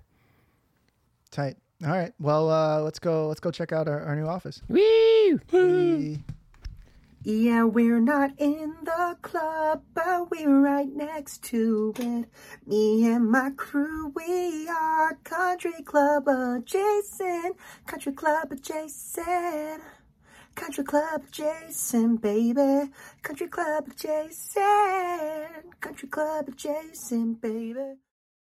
E: Tight. All right. Well, uh, let's go. Let's go check out our, our new office.
D: Woo!
A: Yeah, we're not in the club, but we're right next to it. Me and my crew, we are Country Club Adjacent. Country Club Adjacent. Country Club Adjacent, baby. Country Club Adjacent. Country Club Adjacent, baby.